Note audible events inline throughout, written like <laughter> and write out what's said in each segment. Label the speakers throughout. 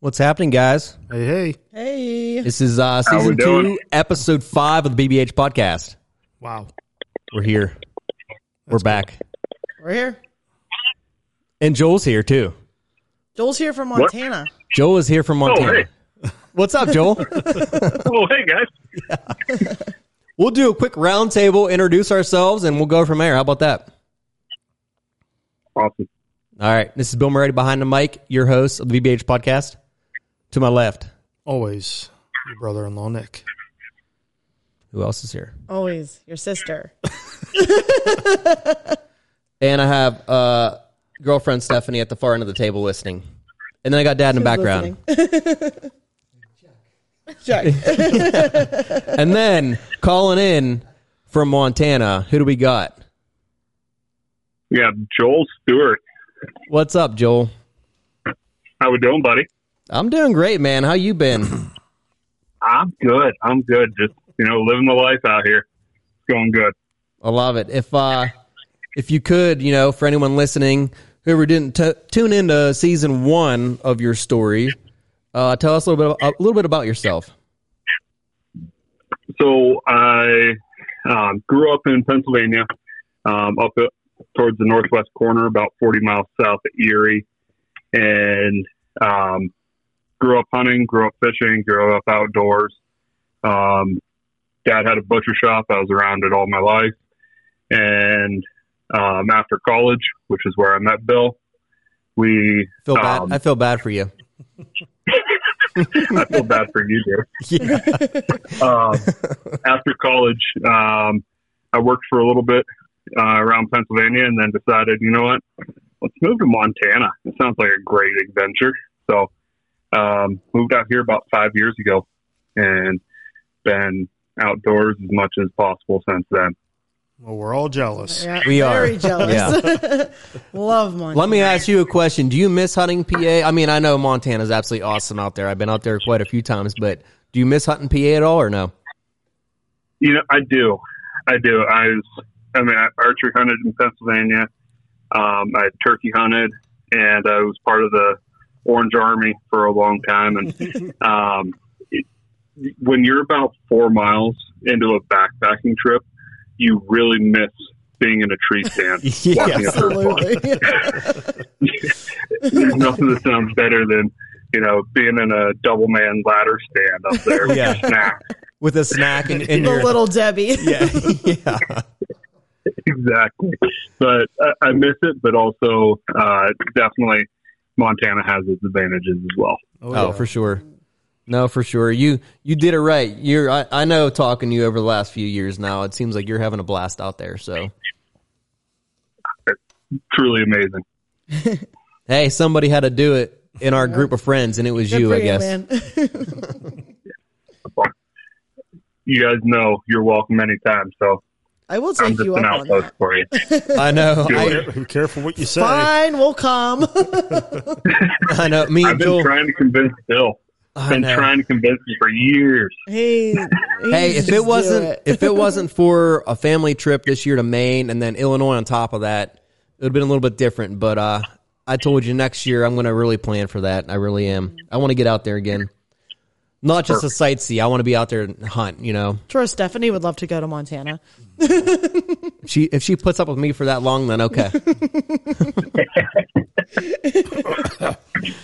Speaker 1: What's happening, guys?
Speaker 2: Hey, hey.
Speaker 3: Hey.
Speaker 1: This is uh,
Speaker 4: we
Speaker 1: season two,
Speaker 4: doing?
Speaker 1: episode five of the BBH podcast.
Speaker 2: Wow.
Speaker 1: We're here. We're back.
Speaker 3: We're here.
Speaker 1: And Joel's here, too.
Speaker 3: Joel's here from Montana.
Speaker 1: Joel is here from Montana.
Speaker 4: <laughs>
Speaker 1: What's up, Joel?
Speaker 4: Oh, hey guys.
Speaker 1: we'll do a quick roundtable, introduce ourselves, and we'll go from there. How about that?
Speaker 4: Awesome.
Speaker 1: All right. This is Bill Moretti behind the mic, your host of the BBH podcast. To my left,
Speaker 2: Always your brother in law, Nick.
Speaker 1: who else is here?
Speaker 3: Always your sister.
Speaker 1: And I have uh, girlfriend Stephanie at the far end of the table listening. And then I got dad in the background.
Speaker 3: Jack.
Speaker 1: And then calling in from Montana, who do we got?
Speaker 4: We got Joel Stewart.
Speaker 1: What's up, Joel?
Speaker 4: How we doing, buddy?
Speaker 1: I'm doing great, man. How you been? <clears throat>
Speaker 4: I'm good. I'm good. Just you know, living the life out here. It's going good.
Speaker 1: I love it. If uh, if you could, you know, for anyone listening, whoever didn't t- tune into season one of your story, uh, tell us a little bit a little bit about yourself.
Speaker 4: So I um, grew up in Pennsylvania, um, up at, towards the northwest corner, about 40 miles south of Erie, and um, grew up hunting, grew up fishing, grew up outdoors. Um, Dad had a butcher shop. I was around it all my life, and um, after college, which is where I met Bill, we
Speaker 1: Feel bad.
Speaker 4: Um,
Speaker 1: I feel bad for you. <laughs>
Speaker 4: I feel bad for you, dear.
Speaker 1: Yeah.
Speaker 4: um, after college, um, I worked for a little bit uh, around Pennsylvania, and then decided, you know what, let's move to Montana. It sounds like a great adventure. So, um, moved out here about five years ago, and been outdoors as much as possible since then.
Speaker 2: Well, we're all jealous.
Speaker 3: Yeah,
Speaker 1: We are.
Speaker 3: very jealous. <laughs> Love Montana.
Speaker 1: Let me ask you a question. Do you miss hunting PA? I mean, I know Montana's absolutely awesome out there. I've been out there quite a few times, but do you miss hunting PA at all or no?
Speaker 4: You know, I do, I do. I was, I mean, I archery hunted in Pennsylvania. Um, I turkey hunted, and I was part of the Orange Army for a long time. And um, it- when you're about four miles into a backpacking trip, you really miss being in a tree stand.
Speaker 1: <laughs> <laughs> Yeah.
Speaker 3: Absolutely.
Speaker 1: <laughs>
Speaker 4: There's nothing that sounds better than you know being in a double man ladder stand up there with
Speaker 1: Yeah.
Speaker 4: your snack.
Speaker 1: With a snack and, and
Speaker 3: the
Speaker 1: your,
Speaker 3: little Debbie.
Speaker 1: <laughs>
Speaker 3: <laughs>
Speaker 1: yeah, yeah.
Speaker 4: exactly. But I, I miss it, but also uh, definitely Montana has its advantages as well.
Speaker 1: Oh,
Speaker 2: yeah.
Speaker 1: for sure. No, for sure. You you did it right. You're I, I know talking to you over the last few years now. It seems like you're having a blast out there. So
Speaker 4: Truly amazing.
Speaker 1: hey, somebody had to do it in our group of friends, and it was
Speaker 3: Good
Speaker 1: you,
Speaker 3: for
Speaker 1: I guess.
Speaker 3: man. <laughs>
Speaker 4: You guys know you're welcome anytime, so
Speaker 3: I will
Speaker 4: I'm
Speaker 3: take
Speaker 4: just
Speaker 3: you
Speaker 4: an
Speaker 3: up on that.
Speaker 4: outpost
Speaker 1: <laughs>
Speaker 4: for you.
Speaker 1: I know. I,
Speaker 2: Care- Careful what you say.
Speaker 3: Fine, we'll come. <laughs>
Speaker 1: I know. Me
Speaker 4: I've
Speaker 1: and
Speaker 4: been
Speaker 1: Joel.
Speaker 4: trying to convince Bill.
Speaker 1: I
Speaker 4: Been
Speaker 1: know.
Speaker 4: trying to convince him for years.
Speaker 3: hey,
Speaker 1: Hey, if it wasn't if it wasn't for a family trip this year to Maine and then Illinois on top of that, it would have been a little bit different. But uh, I told you next year I'm going to really plan for that. I really am. I want to get out there again, not just to sightsee. I want to be out there and hunt. You know,
Speaker 3: Sure, Stephanie would love to go to Montana.
Speaker 1: If she if she puts up with me for that long, then okay.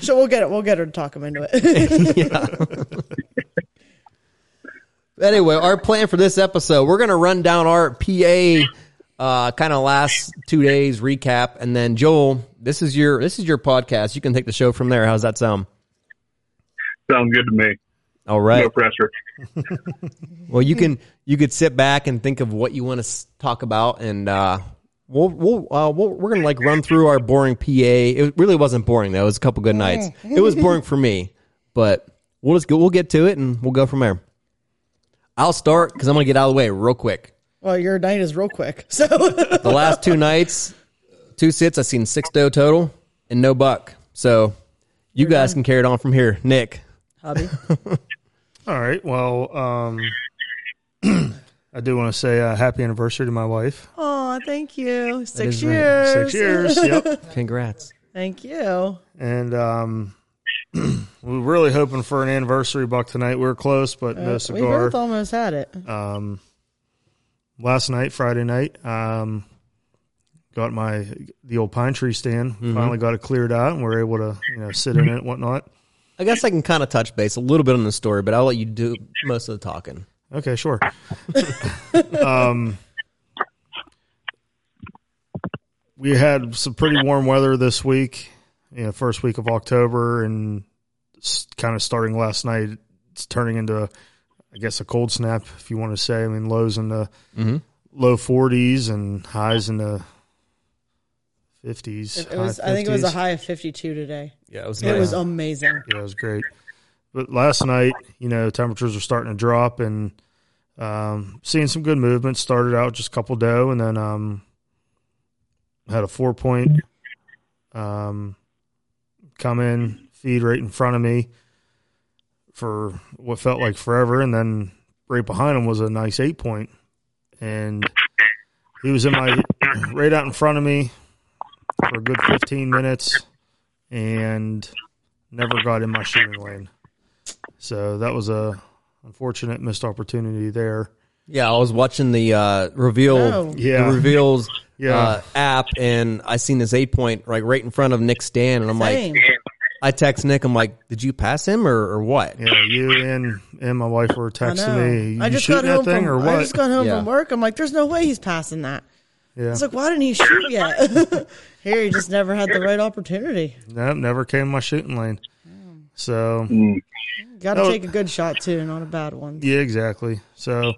Speaker 3: So we'll get it. We'll get her to talk him into
Speaker 1: <laughs>
Speaker 3: it. <laughs>
Speaker 1: anyway, our plan for this episode, we're going to run down our PA uh, kind of last two days recap, and then Joel, this is your this is your podcast. You can take the show from there. How's that sound?
Speaker 4: Sounds good to me.
Speaker 1: All
Speaker 4: No
Speaker 1: right.
Speaker 4: pressure.
Speaker 1: Well, you can you could sit back and think of what you want to talk about, and uh, we'll we'll, uh, we'll we're going to like run through our boring PA. It really wasn't boring though. It was a couple good nights. It was boring for me, but we'll just go. We'll get to it, and we'll go from there. I'll start because I'm going to get out of the way real quick.
Speaker 3: well, your night is real quick.
Speaker 1: <laughs>
Speaker 3: So
Speaker 1: The last two nights, two sits, I've seen six doe total and no buck. So you guys can carry it on from here. Nick,
Speaker 3: hobby.
Speaker 2: All right. Well, um, <clears throat> I do want to say uh, happy anniversary to my wife.
Speaker 3: Oh, thank you. Six
Speaker 1: is right.
Speaker 3: <laughs> years.
Speaker 2: Six years. yep.
Speaker 1: congrats.
Speaker 3: Thank you.
Speaker 2: And um, <clears throat> we were really hoping for an anniversary buck tonight. We were close, but no
Speaker 3: Uh, we
Speaker 2: cigar.
Speaker 3: both almost had it.
Speaker 2: um, last night, Friday night, um, got my the old pine tree stand.
Speaker 1: Mm-hmm.
Speaker 2: Finally got it cleared out, and we are able to you know sit in it and whatnot.
Speaker 1: I guess I can kind of touch base a little bit on the story, but I'll let you do most of the talking.
Speaker 2: Okay,
Speaker 3: <laughs>
Speaker 2: sure. um, we had some pretty warm weather this week, you know, first week of October, and kind of starting last night, it's turning into, I guess, a cold snap, if you want to say. I mean, lows in the
Speaker 1: Mhm.
Speaker 2: low 40s and highs in the 50s.
Speaker 3: It was.
Speaker 2: high
Speaker 3: I think it was a
Speaker 2: 50s.
Speaker 3: high of 52 today.
Speaker 1: Yeah, it was
Speaker 3: It was amazing.
Speaker 2: Yeah, it was great. But last night, you know, temperatures were starting to drop and um, seeing some good movement. Started out just a couple doe and then um, had a four point um, come in, feed right in front of me for what felt like forever. And then right behind him was a nice eight point. And he was in my right out in front of me for a good 15 minutes. And never got in my shooting lane. So that was a unfortunate missed opportunity there.
Speaker 1: Yeah, I was watching the uh, reveal.
Speaker 3: Oh.
Speaker 2: Yeah.
Speaker 1: the <laughs> reveals.
Speaker 2: Yeah.
Speaker 1: Uh, app and I seen this eight point right right in front of Nick Stan and I'm
Speaker 3: Same.
Speaker 1: like I text Nick I'm like did you pass him or, or what
Speaker 2: Yeah, you and and my wife were
Speaker 3: I
Speaker 2: texting
Speaker 3: know.
Speaker 2: me. You
Speaker 3: I just got
Speaker 2: shooting
Speaker 3: home
Speaker 2: that thing
Speaker 3: from.
Speaker 2: or what?
Speaker 3: I just got home
Speaker 1: Yeah.
Speaker 3: from work. I'm like, there's no way he's passing that.
Speaker 2: yeah,
Speaker 3: It's like, why didn't he shoot yet? <laughs> Here, he just never had the right opportunity.
Speaker 2: nope, never came in my shooting lane. So
Speaker 3: Got to
Speaker 2: No.
Speaker 3: take a good shot too, not a bad one.
Speaker 2: yeah, exactly. So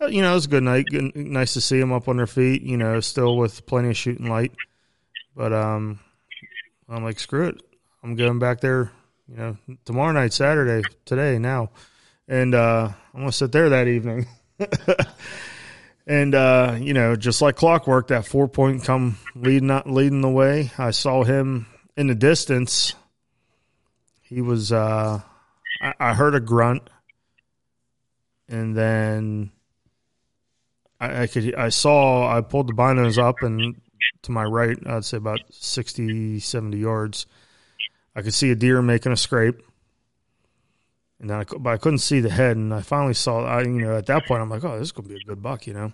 Speaker 2: uh, you know, it was a good night. Good, nice to see them up on their feet. You know, still with plenty of shooting light. But um, I'm like, screw it. I'm going back there, you know, tomorrow night, Saturday, today, now. And uh, I'm going to sit there that evening. <laughs> and, uh, you know, just like clockwork, that four point come leading, leading the way. I saw him in the distance. He was, uh, I, I heard a grunt. And then I, I could, I saw, I pulled the binos up and to my right, I'd say about 60, 70 yards. I could see a deer making a scrape. And then I, cou- but I couldn't see the head. And I finally saw, I, you know, at that point, I'm like, oh, this is going to be a good buck, you know?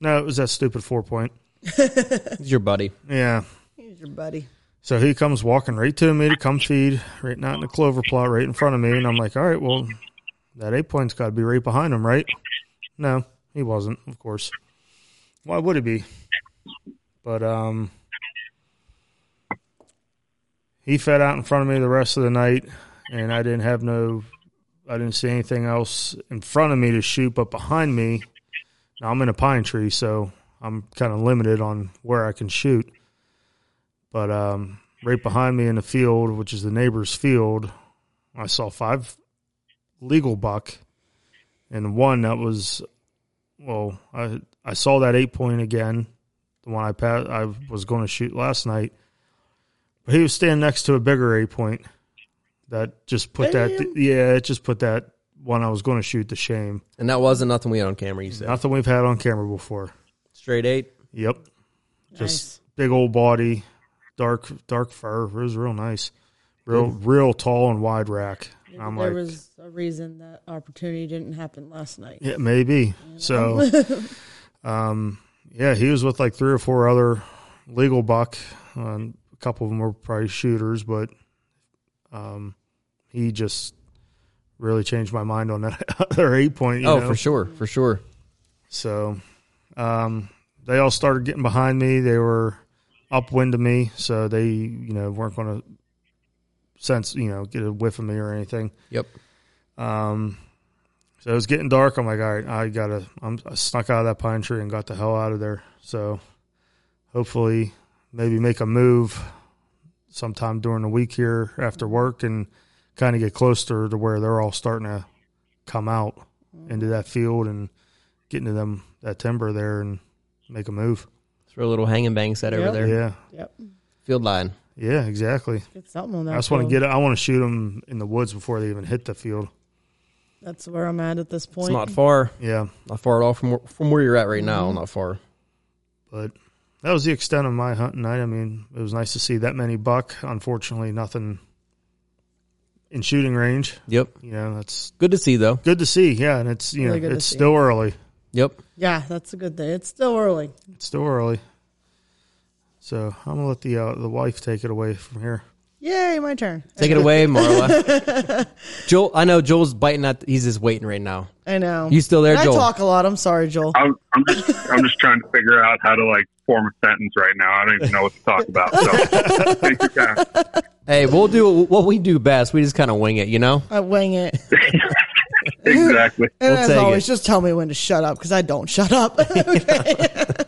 Speaker 2: No, it was that stupid four point.
Speaker 1: He's your buddy
Speaker 2: Yeah.
Speaker 3: Here's your buddy.
Speaker 2: So he comes walking right to me to come feed, right not in the clover plot, right in front of me, and I'm like, all right, well, that eight point's got to be right behind him, right? No, he wasn't, of course. Why would he be? But um, he fed out in front of me the rest of the night, and I didn't have no, I didn't see anything else in front of me to shoot, but behind me, now I'm in a pine tree, so I'm kind of limited on where I can shoot but um, right behind me in the field, which is the neighbor's field, I saw five legal buck, and one that was, well, I I saw that eight point again, the one I passed, I was going to shoot last night, but he was standing next to a bigger eight point, that just put that,
Speaker 3: Damn.
Speaker 2: yeah, it just put that one I was going to shoot to shame.
Speaker 1: and that wasn't nothing we had on camera you said
Speaker 2: Nothing we've had on camera before.
Speaker 1: straight eight
Speaker 2: Yep.
Speaker 3: Nice.
Speaker 2: Just big old body, dark dark fur. It was real nice. Real real tall and wide rack. And I'm
Speaker 3: there
Speaker 2: like
Speaker 3: was a reason that opportunity didn't happen last night.
Speaker 2: Yeah, maybe. So um yeah, he was with like three or four other legal buck. Um, a couple of them were probably shooters, but um he just really changed my mind on that <laughs> other eight point. You
Speaker 1: oh
Speaker 2: know?
Speaker 1: for sure for sure
Speaker 2: So um, they all started getting behind me. They were upwind of me, so they you know weren't going to sense you know get a whiff of me or anything.
Speaker 1: yep
Speaker 2: Um, so it was getting dark. I'm like, all right, I gotta. I'm, I snuck out of that pine tree and got the hell out of there. So hopefully, maybe make a move sometime during the week here after work and kind of get closer to where they're all starting to come out into that field and get into them that timber there and make a move.
Speaker 1: throw a little hang and bang set over
Speaker 3: Yep.
Speaker 1: there
Speaker 2: Yeah,
Speaker 3: Yep.
Speaker 1: field line
Speaker 2: yeah, exactly.
Speaker 3: Get something on that.
Speaker 2: I just want to
Speaker 3: field.
Speaker 2: get. I want to shoot them in the woods before they even hit the field.
Speaker 3: That's where I'm at at this point.
Speaker 1: it's not far
Speaker 2: Yeah.
Speaker 1: not far at all from where- from where you're at right now not far
Speaker 2: but that was the extent of my hunting night. I mean, it was nice to see that many buck. Unfortunately, nothing in shooting range.
Speaker 1: Yep.
Speaker 2: You know, that's
Speaker 1: Good to see though.
Speaker 2: good to see. Yeah, and it's you
Speaker 3: Really
Speaker 2: know
Speaker 3: good to
Speaker 2: it's
Speaker 3: see.
Speaker 2: still early.
Speaker 1: Yep.
Speaker 3: Yeah, that's a good thing. It's still early.
Speaker 2: It's still early. So I'm gonna let the uh, the wife take it away from here.
Speaker 3: Yay, my turn.
Speaker 1: Take it away, Marla. Joel, I know Joel's biting at. He's just waiting right now.
Speaker 3: I know.
Speaker 1: You still there,
Speaker 3: And
Speaker 1: Joel?
Speaker 3: I talk a lot. I'm sorry, Joel.
Speaker 4: I'm, I'm just I'm just trying to figure out how to like form a sentence right now. I don't even know what to talk about.
Speaker 1: <laughs>
Speaker 4: So take your time.
Speaker 1: Hey, we'll do what we do best. We just kind of wing it, you know.
Speaker 3: I wing it.
Speaker 4: exactly.
Speaker 1: <laughs>
Speaker 3: And
Speaker 1: We'll
Speaker 3: as
Speaker 1: take
Speaker 3: always,
Speaker 1: it.
Speaker 3: just tell me when to shut up because I don't
Speaker 1: <laughs>
Speaker 3: shut up.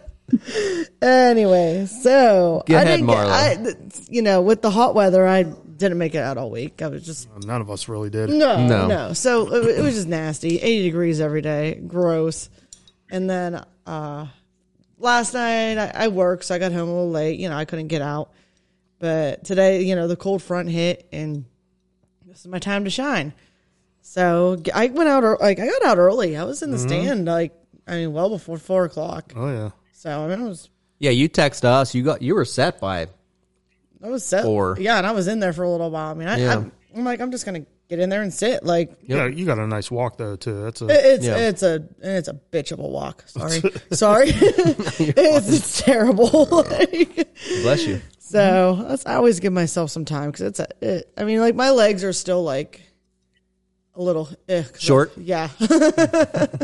Speaker 3: <laughs> Okay. anyway, so
Speaker 1: Go
Speaker 3: I
Speaker 1: ahead,
Speaker 3: didn't. get-
Speaker 1: Marlo.
Speaker 3: I, th- you know, with the hot weather, I didn't make it out all week. I was just
Speaker 2: None of us really did.
Speaker 3: no,
Speaker 1: No.
Speaker 3: no. So it, wa- it was just nasty. 80 degrees every day. Gross. And then uh, last night I, I worked, so I got home a little late. You know, I couldn't get out. But today, you know, the cold front hit, and this is my time to shine. So g- I went out, ear- like, I got out early. I was in the
Speaker 1: Mm-hmm.
Speaker 3: stand, like, I mean, well before four o'clock.
Speaker 2: Oh yeah.
Speaker 3: So I mean, I was,
Speaker 1: Yeah, you text us. You got you were set by.
Speaker 3: I was set.
Speaker 1: Four.
Speaker 3: Yeah, and I was in there for a little while. I mean, I,
Speaker 1: Yeah.
Speaker 3: I'm, I'm like, I'm just gonna get in there and sit. Like,
Speaker 2: Yeah, you got a nice walk though too. That's a
Speaker 3: It- It's
Speaker 1: Yeah.
Speaker 3: it's a it's a bitch of a walk.
Speaker 1: <laughs>
Speaker 3: Sorry, <laughs> sorry. it's, <laughs> it's terrible. Like,
Speaker 1: Bless you.
Speaker 3: <laughs> so that's, I always give myself some time because it's a, it, I mean, like my legs are still like a little eh, 'cause I-
Speaker 1: Short?
Speaker 3: yeah. <laughs>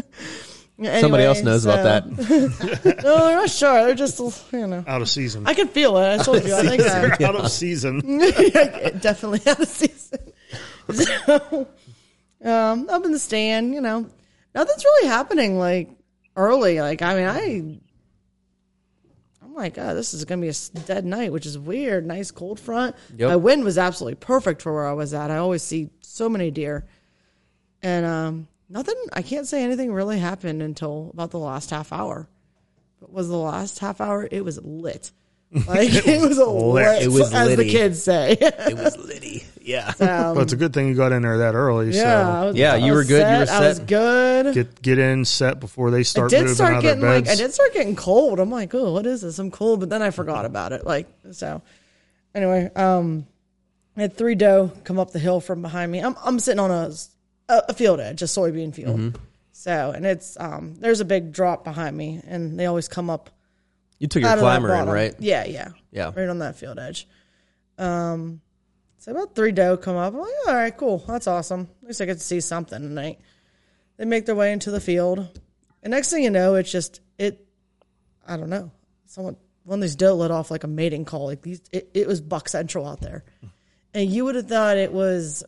Speaker 1: Somebody else knows about that.
Speaker 3: that. No, they're not short. They're just you know.
Speaker 2: out of season.
Speaker 3: I can feel it. I told you.
Speaker 1: <laughs>
Speaker 3: I think
Speaker 2: <laughs>
Speaker 3: that.
Speaker 2: out of
Speaker 3: <laughs>
Speaker 2: season.
Speaker 3: It definitely out of season. So, um, up in the stand, you know, nothing's really happening like early. Like, I mean, I, I'm like, oh, this is gonna be a s- dead night, which is weird. Nice cold front.
Speaker 1: Yep.
Speaker 3: My wind was absolutely perfect for where I was at. I always see so many deer, and um, nothing. I can't say anything really happened until about the last half hour. But was the last half hour? It was
Speaker 1: <laughs>
Speaker 3: lit. Like it was a
Speaker 2: lit.
Speaker 3: lit,
Speaker 1: It was
Speaker 3: as the
Speaker 1: litty.
Speaker 3: kids say. <laughs>
Speaker 1: It was Liddy. Yeah.
Speaker 2: but it's a good thing you got in there that early.
Speaker 3: Um, Yeah,
Speaker 2: So
Speaker 3: I was,
Speaker 1: Yeah,
Speaker 3: I
Speaker 1: you were
Speaker 3: was
Speaker 1: good, you
Speaker 3: Set,
Speaker 1: were
Speaker 3: I was
Speaker 1: set.
Speaker 3: good.
Speaker 2: get get in set before they
Speaker 3: I
Speaker 2: start
Speaker 3: did
Speaker 2: moving out
Speaker 3: start
Speaker 2: of their
Speaker 3: getting like
Speaker 2: beds.
Speaker 3: I did start getting cold. I'm like, oh, what is this? I'm cold, but then I forgot about it. Like so. Anyway, um, I had three doe come up the hill from behind me. I'm I'm sitting on a s- a, a field edge, a soybean field.
Speaker 1: Mm-hmm.
Speaker 3: So and it's um there's a big drop behind me, and they always come up
Speaker 1: <laughs> You took your
Speaker 3: out of that
Speaker 1: climber in,
Speaker 3: bottom.
Speaker 1: right?
Speaker 3: Yeah, yeah,
Speaker 1: Yeah.
Speaker 3: right on that field edge. Um, so about three doe come up. I'm like, all right, cool, that's awesome. At least I get to see something tonight. They make their way into the field, and next thing you know, it's just it. I don't know. Someone one of these doe let off like a mating call. Like these, it, it was buck central out there, and you would have thought it was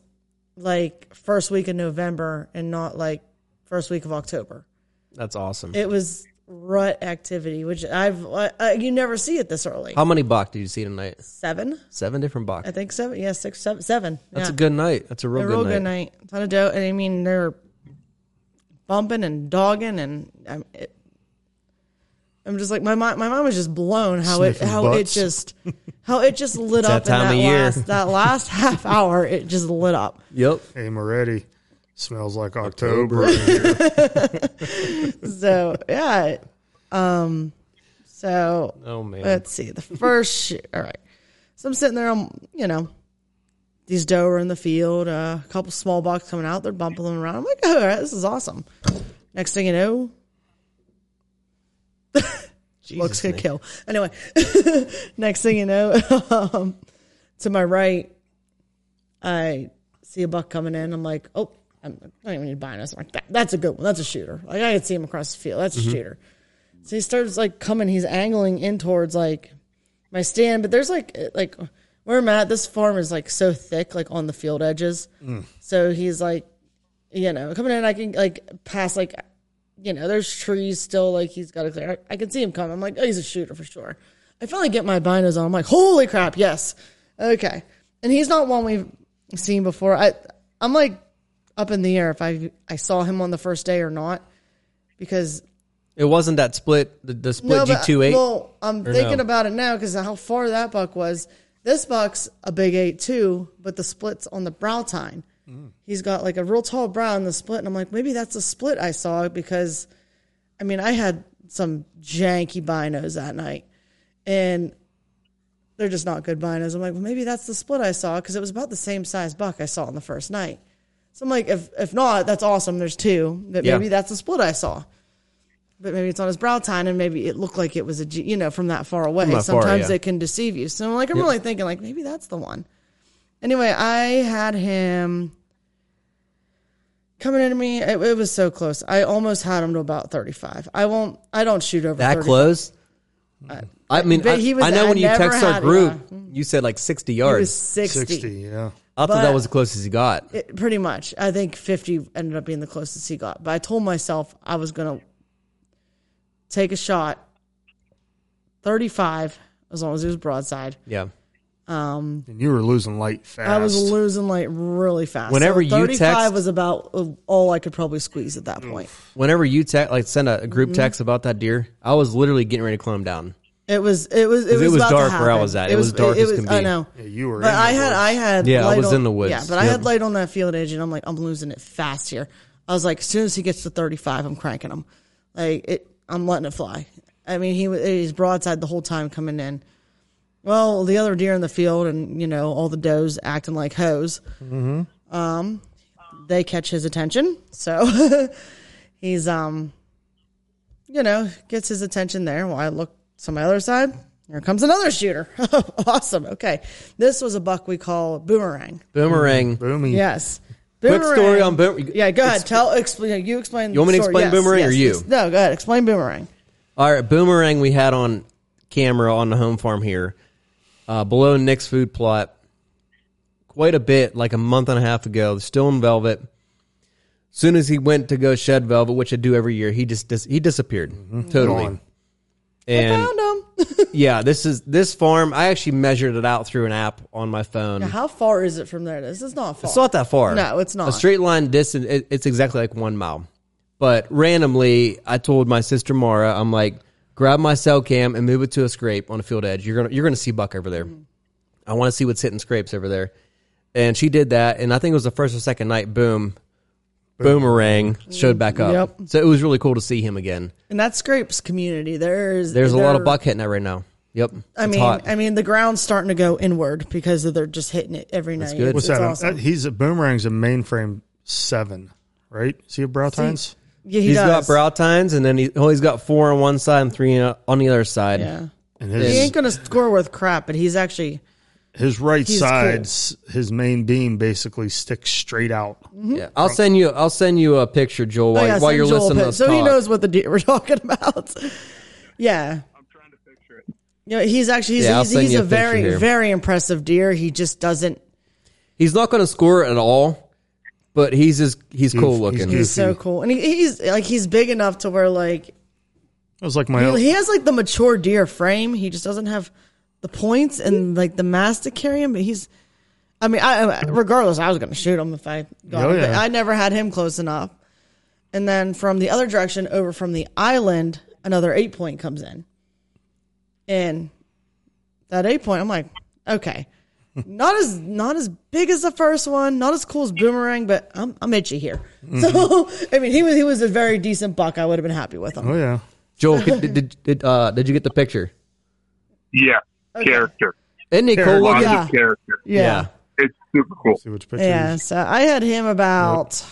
Speaker 3: like first week of November and not like first week of October
Speaker 1: That's awesome.
Speaker 3: it was rut activity, which I've uh, uh, you never see it this early.
Speaker 1: How many buck did you see tonight?
Speaker 3: Seven,
Speaker 1: Seven different buck.
Speaker 3: I think seven. Yeah, six, seven, seven.
Speaker 1: That's
Speaker 3: yeah.
Speaker 1: a good night. That's a real,
Speaker 3: a
Speaker 1: good,
Speaker 3: real
Speaker 1: night.
Speaker 3: good night. Ton of dough, and I mean they're bumping and dogging, and I'm, it, I'm just like my mom. My mom was just blown how
Speaker 2: Sniffing
Speaker 3: it how
Speaker 2: butts.
Speaker 3: it just how
Speaker 1: <laughs>
Speaker 3: it just lit
Speaker 1: that
Speaker 3: up in
Speaker 1: time
Speaker 3: that
Speaker 1: of year.
Speaker 3: last that last <laughs> half hour. It just lit up.
Speaker 1: Yep.
Speaker 2: Hey Moretti, smells like October.
Speaker 3: So yeah, um, so
Speaker 1: Oh man.
Speaker 3: Let's see. The first shoot. All right. So I'm sitting there. I'm, you know, these doe are in the field. Uh, a couple small bucks coming out. They're bumping them around. I'm like, all right, this is awesome. Next thing you know, <laughs> looks could kill. Anyway, <laughs> next thing you know, <laughs> um, to my right, I see a buck coming in. I'm like, oh, I'm, I don't even need to buy this. I'm like, that, that's a good one. That's a shooter. Like I could see him across the field. That's a shooter. So he starts like coming. He's angling in towards like my stand, but there's like like where I'm at. This farm is like so thick, like on the field edges. So he's like, you know, coming in. I can like pass like, you know, there's trees still. Like he's got to clear. I, I can see him coming. I'm like, oh, he's a shooter for sure. I finally get my binos on. I'm like, holy crap, yes, okay. And he's not one we've seen before. I I'm like up in the air if I I saw him on the first day or not because
Speaker 1: It wasn't that split. The, the split G
Speaker 3: but-
Speaker 1: two eight.
Speaker 3: Well, I'm thinking
Speaker 1: no?
Speaker 3: about it now because how far that buck was. This buck's a big eight too, but the split's on the brow tine. He's got like a real tall brow in the split, and I'm like, maybe that's a split I saw because, I mean, I had some janky binos that night, and they're just not good binos. I'm like, well, maybe that's the split I saw because it was about the same size buck I saw on the first night. So I'm like, if if not, that's awesome. There's two. That
Speaker 1: Yeah.
Speaker 3: maybe that's the split I saw. But maybe it's on his brow tine, and maybe it looked like it was a G, you know from that far away.
Speaker 1: that far,
Speaker 3: Sometimes
Speaker 1: yeah.
Speaker 3: it can deceive you. So I'm like, I'm really thinking like maybe that's the one. Anyway, I had him coming into me. It, it was so close. I almost had him to about 35. I won't. I don't shoot over
Speaker 1: that
Speaker 3: 35.
Speaker 1: close. I, mean,
Speaker 3: but
Speaker 1: I,
Speaker 3: he was-
Speaker 1: I know
Speaker 3: I
Speaker 1: when you
Speaker 3: never
Speaker 1: text our
Speaker 3: had-
Speaker 1: group, you said like sixty
Speaker 3: It was
Speaker 1: yards.
Speaker 3: 60.
Speaker 2: 60, yeah.
Speaker 1: I thought
Speaker 3: but-
Speaker 1: that was the closest you got.
Speaker 3: It- pretty much. I think 50 ended up being the closest he got. But I told myself I was going to take a shot 35 as long as he was broadside.
Speaker 1: Yeah.
Speaker 2: And you were losing light fast.
Speaker 3: I was losing like really fast.
Speaker 1: Whenever you
Speaker 3: 35
Speaker 1: text-
Speaker 3: was about uh, all I could probably squeeze at that point.
Speaker 1: Whenever you te- like send a, a group
Speaker 3: Mm-hmm.
Speaker 1: text about that deer, I was literally getting ready to climb down.
Speaker 3: It was it was it was,
Speaker 1: was
Speaker 3: about to
Speaker 1: dark where I
Speaker 3: happen.
Speaker 1: was at. It was dark as can
Speaker 3: I
Speaker 1: be.
Speaker 3: know.
Speaker 2: Yeah, you were
Speaker 3: But
Speaker 2: in
Speaker 3: I
Speaker 2: the
Speaker 3: had
Speaker 2: woods.
Speaker 3: I had
Speaker 1: Yeah, I
Speaker 3: light
Speaker 1: was
Speaker 3: on-
Speaker 1: in the woods.
Speaker 3: Yeah, but I
Speaker 1: Yep.
Speaker 3: had light on that field edge, and I'm like, I'm losing it fast here. I was like, as soon as he gets to 35, I'm cranking him. Like it, I'm letting it fly. I mean, he was he's broadside the whole time coming in. Well, the other deer in the field, and you know all the does acting like hoes.
Speaker 1: Mm-hmm.
Speaker 3: Um, they catch his attention, so <laughs> he's um you know, gets his attention there. Well, I look to my other side. Here comes another shooter. <laughs> Oh, awesome. Okay. This was a buck we call boomerang.
Speaker 1: Boomerang.
Speaker 3: Mm-hmm.
Speaker 2: Boomy.
Speaker 3: Yes.
Speaker 1: Hmm. Quick story on boomerang.
Speaker 3: Yeah, go ahead. Tell, explain. You explain.
Speaker 1: You want me to
Speaker 3: the story.
Speaker 1: explain
Speaker 3: Yes,
Speaker 1: boomerang or
Speaker 3: yes,
Speaker 1: you?
Speaker 3: yes. No, go ahead. Explain boomerang.
Speaker 1: All right, boomerang we had on camera on the home farm here, uh, below Nick's food plot, quite a bit, like a month and a half ago. Still in velvet. Soon as he went to go shed velvet, which I do every year, he just dis- he disappeared totally.
Speaker 2: Gone.
Speaker 1: And
Speaker 3: Mm-hmm. Found him.
Speaker 1: yeah, this is this farm. I actually measured it out through an app on my phone.
Speaker 3: <laughs> How far is it from there? This is not far.
Speaker 1: It's not that far.
Speaker 3: No, it's not.
Speaker 1: A straight line distance, it, it's exactly like one mile. But randomly, I told my sister Mara, I'm like, grab my cell cam and move it to a scrape on a field edge. You're gonna you're gonna see buck over there. I want to see what's hitting scrapes over there. And she did that, and I think it was the first or second night. Boom, boomerang showed back up.
Speaker 3: Yep.
Speaker 1: So it was really cool to see him again.
Speaker 3: and that scrapes community. There's
Speaker 1: There's a lot of
Speaker 3: there-
Speaker 1: buck hitting that right now. Yep,
Speaker 3: I
Speaker 1: It's
Speaker 3: mean,
Speaker 1: hot.
Speaker 3: I mean, the ground's starting to go inward because they're just hitting it every night.
Speaker 1: good.
Speaker 3: It's,
Speaker 2: What's
Speaker 3: it's
Speaker 2: that? Uh,
Speaker 3: awesome.
Speaker 2: That- He's a boomerang's a mainframe seven, right? See a brow tines?
Speaker 3: yeah, he
Speaker 1: He's
Speaker 3: does.
Speaker 1: got brow tines, and then he, oh, he's got four on one side and three on the other side.
Speaker 3: Yeah.
Speaker 2: And
Speaker 3: He
Speaker 2: his
Speaker 3: ain't going to score worth crap, but he's actually.
Speaker 2: his right
Speaker 3: cool.
Speaker 2: side's his main beam basically sticks straight out.
Speaker 1: Yeah, I'll send you. I'll send you a picture, Joel, while,
Speaker 3: Oh, yeah,
Speaker 1: while
Speaker 3: send
Speaker 1: you're
Speaker 3: Joel a
Speaker 1: listening.
Speaker 3: pic-
Speaker 1: To us
Speaker 3: so he
Speaker 1: talk.
Speaker 3: knows what the deer we're <laughs> talking about. yeah.
Speaker 4: I'm trying to picture it.
Speaker 3: You know, he's actually he's,
Speaker 1: Yeah, I'll
Speaker 3: he's,
Speaker 1: send
Speaker 3: he's
Speaker 1: you
Speaker 3: a,
Speaker 1: a picture
Speaker 3: very
Speaker 1: here.
Speaker 3: very impressive deer. He just doesn't.
Speaker 1: he's not going to score at all, but he's just he's cool
Speaker 2: he's
Speaker 1: looking.
Speaker 2: goofy.
Speaker 3: He's so cool, and he, he's like he's big enough to where like
Speaker 2: It was like my
Speaker 3: he has like the mature deer frame. He just doesn't have the points and like the mass to carry him. But he's, I mean, I I- regardless, I was going to shoot him if I got
Speaker 2: Oh,
Speaker 3: him. but
Speaker 2: yeah.
Speaker 3: I never had him close enough. And then from the other direction, over from the island, another eight point comes in, and that eight point, I'm like, okay, not as not as big as the first one, not as cool as boomerang, but I'm I'm itchy here. <laughs> So I mean, he was he was a very decent buck. I would have been happy with him.
Speaker 2: oh yeah.
Speaker 1: Joel, could, did did did, uh, did you get the picture?
Speaker 4: Yeah, character,
Speaker 1: Isn't he cool
Speaker 2: Sure.
Speaker 1: looking?
Speaker 4: lots
Speaker 3: Yeah.
Speaker 4: of character.
Speaker 1: Yeah.
Speaker 4: It's super cool.
Speaker 2: See which picture?
Speaker 3: Yeah, so I had him about.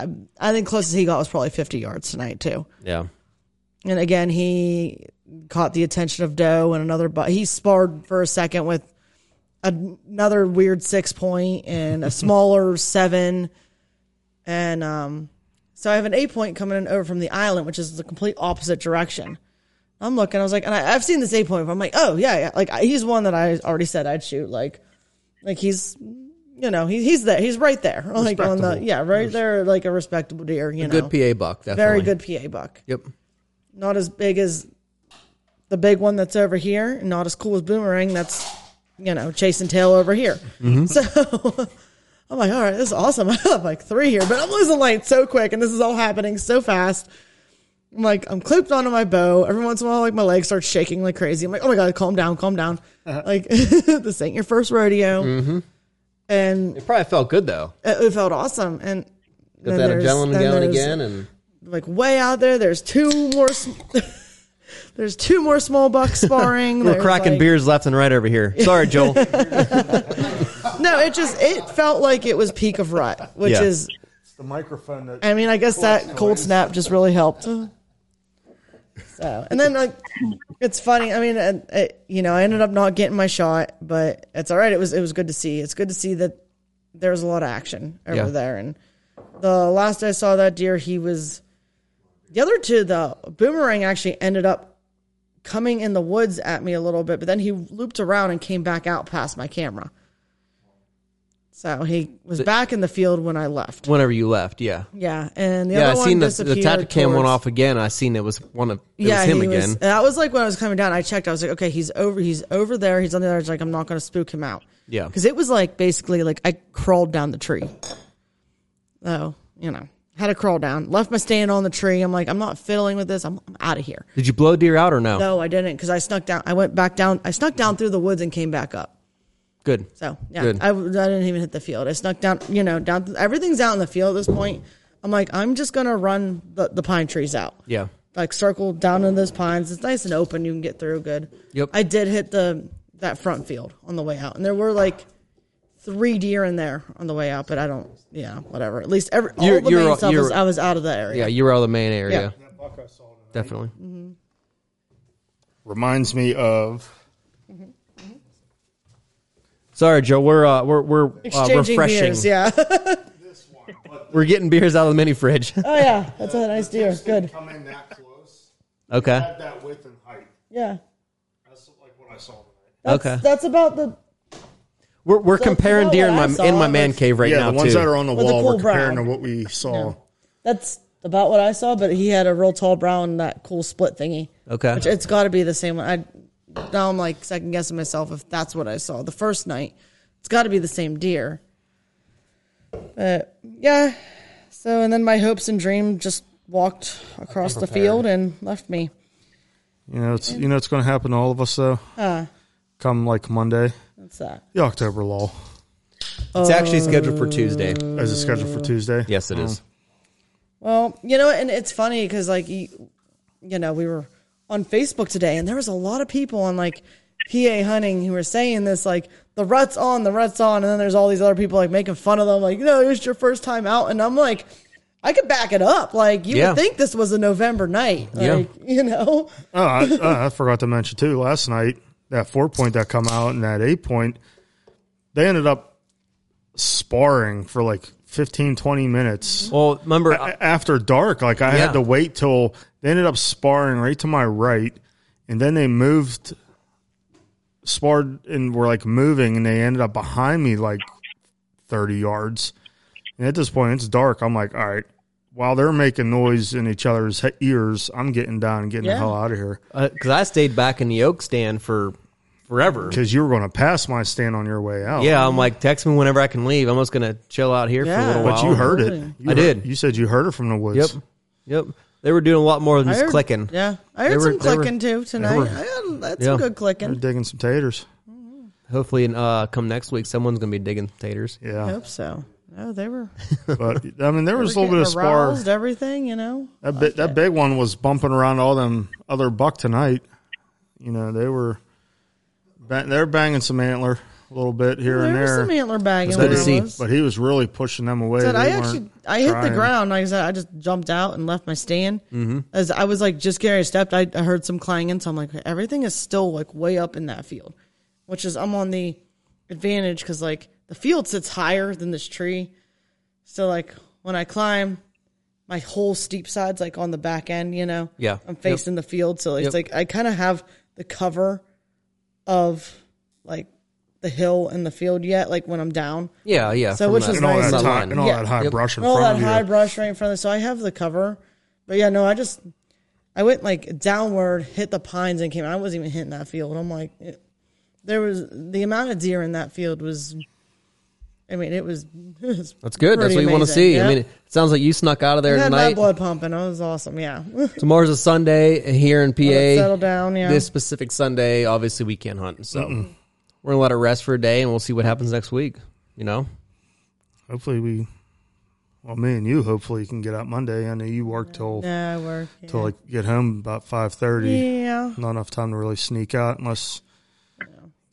Speaker 3: I, I think closest he got was probably 50 yards tonight too.
Speaker 1: yeah,
Speaker 3: And again, he caught the attention of Doe and another. But he sparred for a second with another weird six point and a smaller seven, and um. So I have an eight point coming in over from the island, which is the complete opposite direction. I'm looking. I was like, and I, I've seen this eight point. But I'm like, oh yeah, yeah. Like I- he's one that I already said I'd shoot. Like, like he's, you know, he, he's there. He's right there. Like on the
Speaker 2: Respectable.
Speaker 3: yeah, right there, like a respectable deer. You know,
Speaker 1: good PA buck. Definitely.
Speaker 3: very good PA buck.
Speaker 1: Yep.
Speaker 3: Not as big as the big one that's over here, and not as cool as Boomerang. That's you know chasing tail over here. <laughs> So. I'm like, all right, this is awesome. <laughs> I have like three here, but I'm losing light so quick, and this is all happening so fast. I'm like, I'm clipped onto my bow. Every once in a while, like my legs start shaking like crazy. I'm like, oh my god, calm down, calm down. Like <laughs> this ain't your first rodeo, and
Speaker 1: It probably felt good though.
Speaker 3: it, it felt awesome. And
Speaker 1: Got
Speaker 3: then
Speaker 1: that
Speaker 3: there's-
Speaker 1: adrenaline
Speaker 3: then
Speaker 1: going
Speaker 3: there's-
Speaker 1: again, and
Speaker 3: like way out there. There's two more. Sm- <laughs> There's two more small
Speaker 1: <laughs>
Speaker 3: bucks sparring.
Speaker 1: We're
Speaker 3: There's,
Speaker 1: cracking
Speaker 3: like-
Speaker 1: beers left and right over
Speaker 3: <laughs>
Speaker 1: here. Sorry, Joel.
Speaker 3: No, it just it felt like it was peak of rut, which
Speaker 1: Yeah.
Speaker 3: is.
Speaker 2: The microphone that
Speaker 3: I mean, I guess that cold snap just really helped. So, and then like, it's funny. I mean, uh, it, you know, I ended up not getting my shot, but it's all right. It was it was good to see. It's good to see that there's a lot of action over
Speaker 1: Yeah.
Speaker 3: there. And the last I saw that deer, he was the other two. The boomerang actually ended up coming in the woods at me a little bit, but then he looped around and came back out past my camera. So he was back in the field when I left.
Speaker 1: Whenever you left,
Speaker 3: <laughs>
Speaker 1: yeah.
Speaker 3: Yeah, and the
Speaker 1: Yeah, I
Speaker 3: other
Speaker 1: seen
Speaker 3: one
Speaker 1: the,
Speaker 3: disappeared.
Speaker 1: the tactic cam went
Speaker 3: towards-
Speaker 1: off again. I seen it was one of it
Speaker 3: yeah,
Speaker 1: was him
Speaker 3: he
Speaker 1: again.
Speaker 3: Was, that was like when I was coming down. I checked. I was like, okay, he's over. He's over there. He's on the other. side. Like I'm not going to spook him out.
Speaker 1: Yeah.
Speaker 3: because it was like basically like I crawled down the tree. So you know, had to crawl down. Left my stand on the tree. I'm like, I'm not fiddling with this. I'm, I'm out of here.
Speaker 1: Did you blow deer out or no?
Speaker 3: No, I didn't because I snuck down. I went back down. I snuck down through the woods and came back up.
Speaker 1: Good.
Speaker 3: So yeah,
Speaker 1: Good.
Speaker 3: I, w- I didn't even hit the field. I snuck down, you know, down. Everything's out in the field at this point. I'm like, I'm just gonna run the, the pine trees out.
Speaker 1: yeah.
Speaker 3: Like circle down in those pines. It's nice and open. You can get through good.
Speaker 1: Yep.
Speaker 3: I did hit the that front field on the way out, and there were like three deer in there on the way out. But I don't. Yeah, whatever. At least every all
Speaker 1: You're-
Speaker 3: the
Speaker 1: you're-
Speaker 3: main stuff
Speaker 1: you're-
Speaker 3: was I was out of that area.
Speaker 1: Yeah, you were out of the main area.
Speaker 2: that buck I saw tonight
Speaker 1: Definitely.
Speaker 2: reminds me of.
Speaker 1: Sorry, Joe. We're uh, we're we're uh,
Speaker 3: Exchanging
Speaker 1: refreshing.
Speaker 3: beers, yeah. <laughs>
Speaker 1: We're getting beers out of the mini fridge.
Speaker 3: <laughs> oh yeah, that's a nice deer. Good,
Speaker 2: Come in that close.
Speaker 1: <laughs> okay.
Speaker 2: that width and height.
Speaker 3: yeah.
Speaker 2: That's like what I saw tonight.
Speaker 3: That's,
Speaker 1: Okay.
Speaker 3: That's about the
Speaker 1: We're we're
Speaker 3: that's
Speaker 1: comparing
Speaker 3: about
Speaker 1: deer in
Speaker 3: what
Speaker 1: my
Speaker 3: I saw.
Speaker 1: in my man cave right
Speaker 2: Yeah,
Speaker 1: now
Speaker 2: the ones
Speaker 1: too.
Speaker 2: that are on the
Speaker 3: With a
Speaker 2: wall
Speaker 3: cool
Speaker 2: we're comparing
Speaker 3: brow.
Speaker 2: to what we saw.
Speaker 3: That's about what I saw, but he had a real tall brown, that cool split thingy.
Speaker 1: Okay.
Speaker 3: Which it's got to be the same one. I now I'm like second guessing myself if that's what I saw the first night. It's got to be the same deer. But yeah, so and then my hopes and dream just walked across the field and left me.
Speaker 2: You know, it's you know it's going to happen to all of us though. Come like Monday,
Speaker 3: That's that.
Speaker 2: the October lull
Speaker 1: it's actually scheduled
Speaker 3: Oh.
Speaker 1: for Tuesday.
Speaker 2: as it's scheduled for Tuesday.
Speaker 1: Yes, it is.
Speaker 3: Well, you know, and it's funny because like, you, you know, we were on Facebook today, and there was a lot of people on like PA hunting who were saying this, like the rut's on, the rut's on, and then there's all these other people like making fun of them, like, no, it's your first time out, and I'm like, I could back it up, like you
Speaker 1: Yeah.
Speaker 3: would think this was a November night,
Speaker 1: Yeah.
Speaker 3: like you know,
Speaker 2: Oh, I, oh, I forgot to mention too. Last night, that four point that come out and that eight point, they ended up sparring for like 15, 20 minutes
Speaker 1: Well, remember
Speaker 2: A- after dark. Like I
Speaker 1: Uh, Yeah.
Speaker 2: had to wait till they ended up sparring right to my right, and then they moved, sparred and were like moving, and they ended up behind me like thirty yards. And at this point, it's dark. I'm like, all right. While they're making noise in each other's he- ears, I'm getting down and getting the
Speaker 3: Yeah.
Speaker 2: hell out of here
Speaker 1: because uh, I stayed back in the oak stand for forever.
Speaker 2: because you were going to pass my stand on your way out.
Speaker 1: Yeah, I'm like text me whenever I can leave. I'm just gonna chill out here for a
Speaker 3: Yeah.
Speaker 1: little while.
Speaker 2: but you heard it.
Speaker 3: Really?
Speaker 2: You
Speaker 1: I
Speaker 2: heard-
Speaker 1: did.
Speaker 2: You said you heard it from the woods.
Speaker 1: Yep, yep. They were doing a lot more than
Speaker 3: I
Speaker 1: just
Speaker 3: heard-
Speaker 1: clicking.
Speaker 3: yeah, I
Speaker 1: They
Speaker 3: heard
Speaker 1: were-
Speaker 3: some
Speaker 1: they were-
Speaker 3: clicking too tonight.
Speaker 1: were-
Speaker 3: I had, that's
Speaker 1: Yeah.
Speaker 3: some good
Speaker 2: You're
Speaker 3: clicking.
Speaker 2: digging some taters.
Speaker 1: Hopefully, in, uh, come next week, someone's gonna be digging taters.
Speaker 3: I
Speaker 2: Yeah,
Speaker 3: hope so. No, they were
Speaker 2: but I mean, there was a little bit of spar.
Speaker 3: aroused, everything, you know.
Speaker 2: That big, that big one was bumping around all them other buck tonight. You know, they were ba- they're banging some antler a little bit here
Speaker 3: There
Speaker 2: and
Speaker 3: was some
Speaker 2: there.
Speaker 3: antler bagging.
Speaker 1: good to
Speaker 3: where I
Speaker 1: see.
Speaker 3: was.
Speaker 2: But he was really pushing them away.
Speaker 3: said,
Speaker 2: They
Speaker 3: I
Speaker 2: weren't
Speaker 3: actually I hit the
Speaker 2: trying.
Speaker 3: ground. Like I said, I just jumped out and left my stand. Mm-hmm. As I was like just getting stepped, I, I heard some clanging. So I'm like, everything is still like way up in that field, which is I'm on the advantage because like the field sits higher than this tree. So like when I climb, my whole steep side's like on the back end. You know,
Speaker 1: Yeah.
Speaker 3: I'm
Speaker 1: Yep.
Speaker 3: facing the field, so it's
Speaker 1: Yep.
Speaker 3: like I kind of have the cover of like the hill and the field yet. Like when I'm down.
Speaker 1: Yeah, yeah.
Speaker 3: So
Speaker 1: from
Speaker 3: which
Speaker 1: that-
Speaker 3: was
Speaker 2: and all
Speaker 3: nice.
Speaker 2: that
Speaker 1: Front
Speaker 2: high,
Speaker 1: line.
Speaker 2: and all
Speaker 3: Yeah.
Speaker 2: that high
Speaker 1: Yep.
Speaker 2: brush in
Speaker 3: all
Speaker 2: front
Speaker 3: that
Speaker 2: of you.
Speaker 3: high brush right in front of. So I have the cover, but yeah, no, I just I went like downward, hit the pines, and came. I wasn't even hitting that field. I'm like, it, there was the amount of deer in that field was. I mean, it was. <laughs> It was
Speaker 1: That's good. That's
Speaker 3: pretty
Speaker 1: what you want to
Speaker 3: amazing.
Speaker 1: see.
Speaker 3: Yeah.
Speaker 1: I mean, it sounds like you snuck out of there
Speaker 3: I had my
Speaker 1: tonight.
Speaker 3: blood pumping. It was awesome. Yeah, <laughs>
Speaker 1: Tomorrow's a Sunday here in PA.
Speaker 3: settle down. Yeah,
Speaker 1: This specific Sunday, obviously, we can't hunt. So we're gonna let it rest for a day, and we'll see what happens next week. You know,
Speaker 2: Hopefully, we Well, me and you hopefully can get out Monday. I know you work till
Speaker 3: No, we're yeah.
Speaker 2: till like get home about five thirty.
Speaker 3: yeah.
Speaker 2: Not enough time to really sneak out unless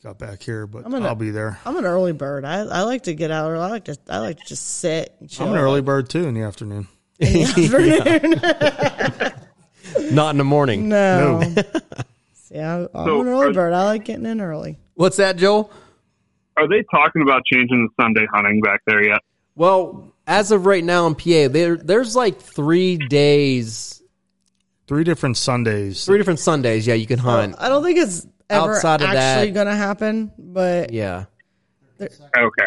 Speaker 2: got back here. But
Speaker 3: gonna-
Speaker 2: I'll be there.
Speaker 3: I'm an early bird. I, I like to get out. early. I like to I like to just sit and chill. <laughs>
Speaker 2: I'm an early bird too in the afternoon. <laughs>
Speaker 1: Not in the morning.
Speaker 3: No. <laughs>
Speaker 2: No.
Speaker 3: yeah, I'm
Speaker 4: So,
Speaker 3: an early
Speaker 4: are-
Speaker 3: bird. I like getting in early.
Speaker 1: What's that, Joel?
Speaker 4: Are they talking about changing the Sunday hunting back there yet?
Speaker 1: Well, as of right now in PA, there there's like three days,
Speaker 2: Three different Sundays.
Speaker 1: three different Sundays. Yeah, you can hunt.
Speaker 3: Oh, I don't think it's ever
Speaker 1: Outside of
Speaker 3: actually
Speaker 1: that-
Speaker 3: going to happen, but yeah.
Speaker 1: Yeah.
Speaker 4: Okay.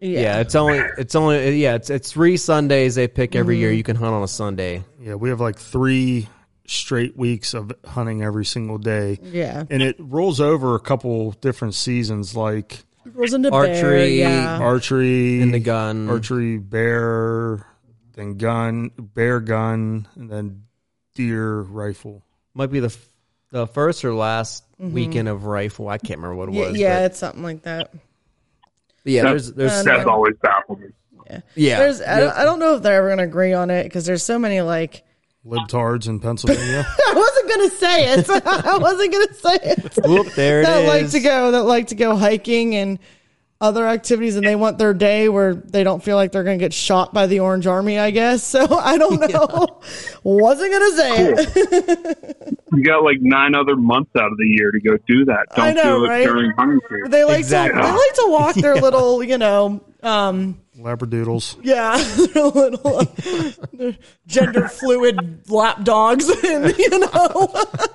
Speaker 1: yeah, It's only it's only yeah it's it's three Sundays they pick
Speaker 3: Mm-hmm.
Speaker 1: every year. You can hunt on a Sunday.
Speaker 2: Yeah, we have like three straight weeks of hunting every single day.
Speaker 3: Yeah.
Speaker 2: And it rolls over a couple different seasons like
Speaker 3: It rolls into bear,
Speaker 1: Archery,
Speaker 3: yeah.
Speaker 2: archery
Speaker 1: And Uh-huh. the gun.
Speaker 2: archery bear then gun bear gun and then deer rifle
Speaker 1: Might be the f- the first or last weekend of rifle. I can't remember what it
Speaker 3: Mm-hmm. yeah,
Speaker 1: was.
Speaker 3: yeah,
Speaker 1: but-
Speaker 3: it's something like that.
Speaker 1: but yeah. There's there's
Speaker 4: That's always baffled me.
Speaker 1: yeah.
Speaker 3: There's, I, don't, I don't know if they're ever going to agree on it because there's so many like. <laughs>
Speaker 2: libtards
Speaker 1: <laughs>
Speaker 2: in pennsylvania
Speaker 3: I wasn't going to say it. <laughs> I wasn't going to say it.
Speaker 1: Whoop, there it
Speaker 3: that
Speaker 1: is.
Speaker 3: like to go that like to go hiking and other activities and they want their day where they don't feel like they're going to get shot by the orange army i guess <laughs> so i don't know wasn't going to say it
Speaker 4: You got like nine other months out of the year to go do that. Don't
Speaker 3: I know,
Speaker 4: do it
Speaker 3: right?
Speaker 4: during hunting season.
Speaker 3: they like
Speaker 1: Exactly.
Speaker 3: to they like to walk their little you know um
Speaker 2: labradoodles
Speaker 3: yeah <laughs> their little uh, their gender fluid lap dogs <laughs> and you know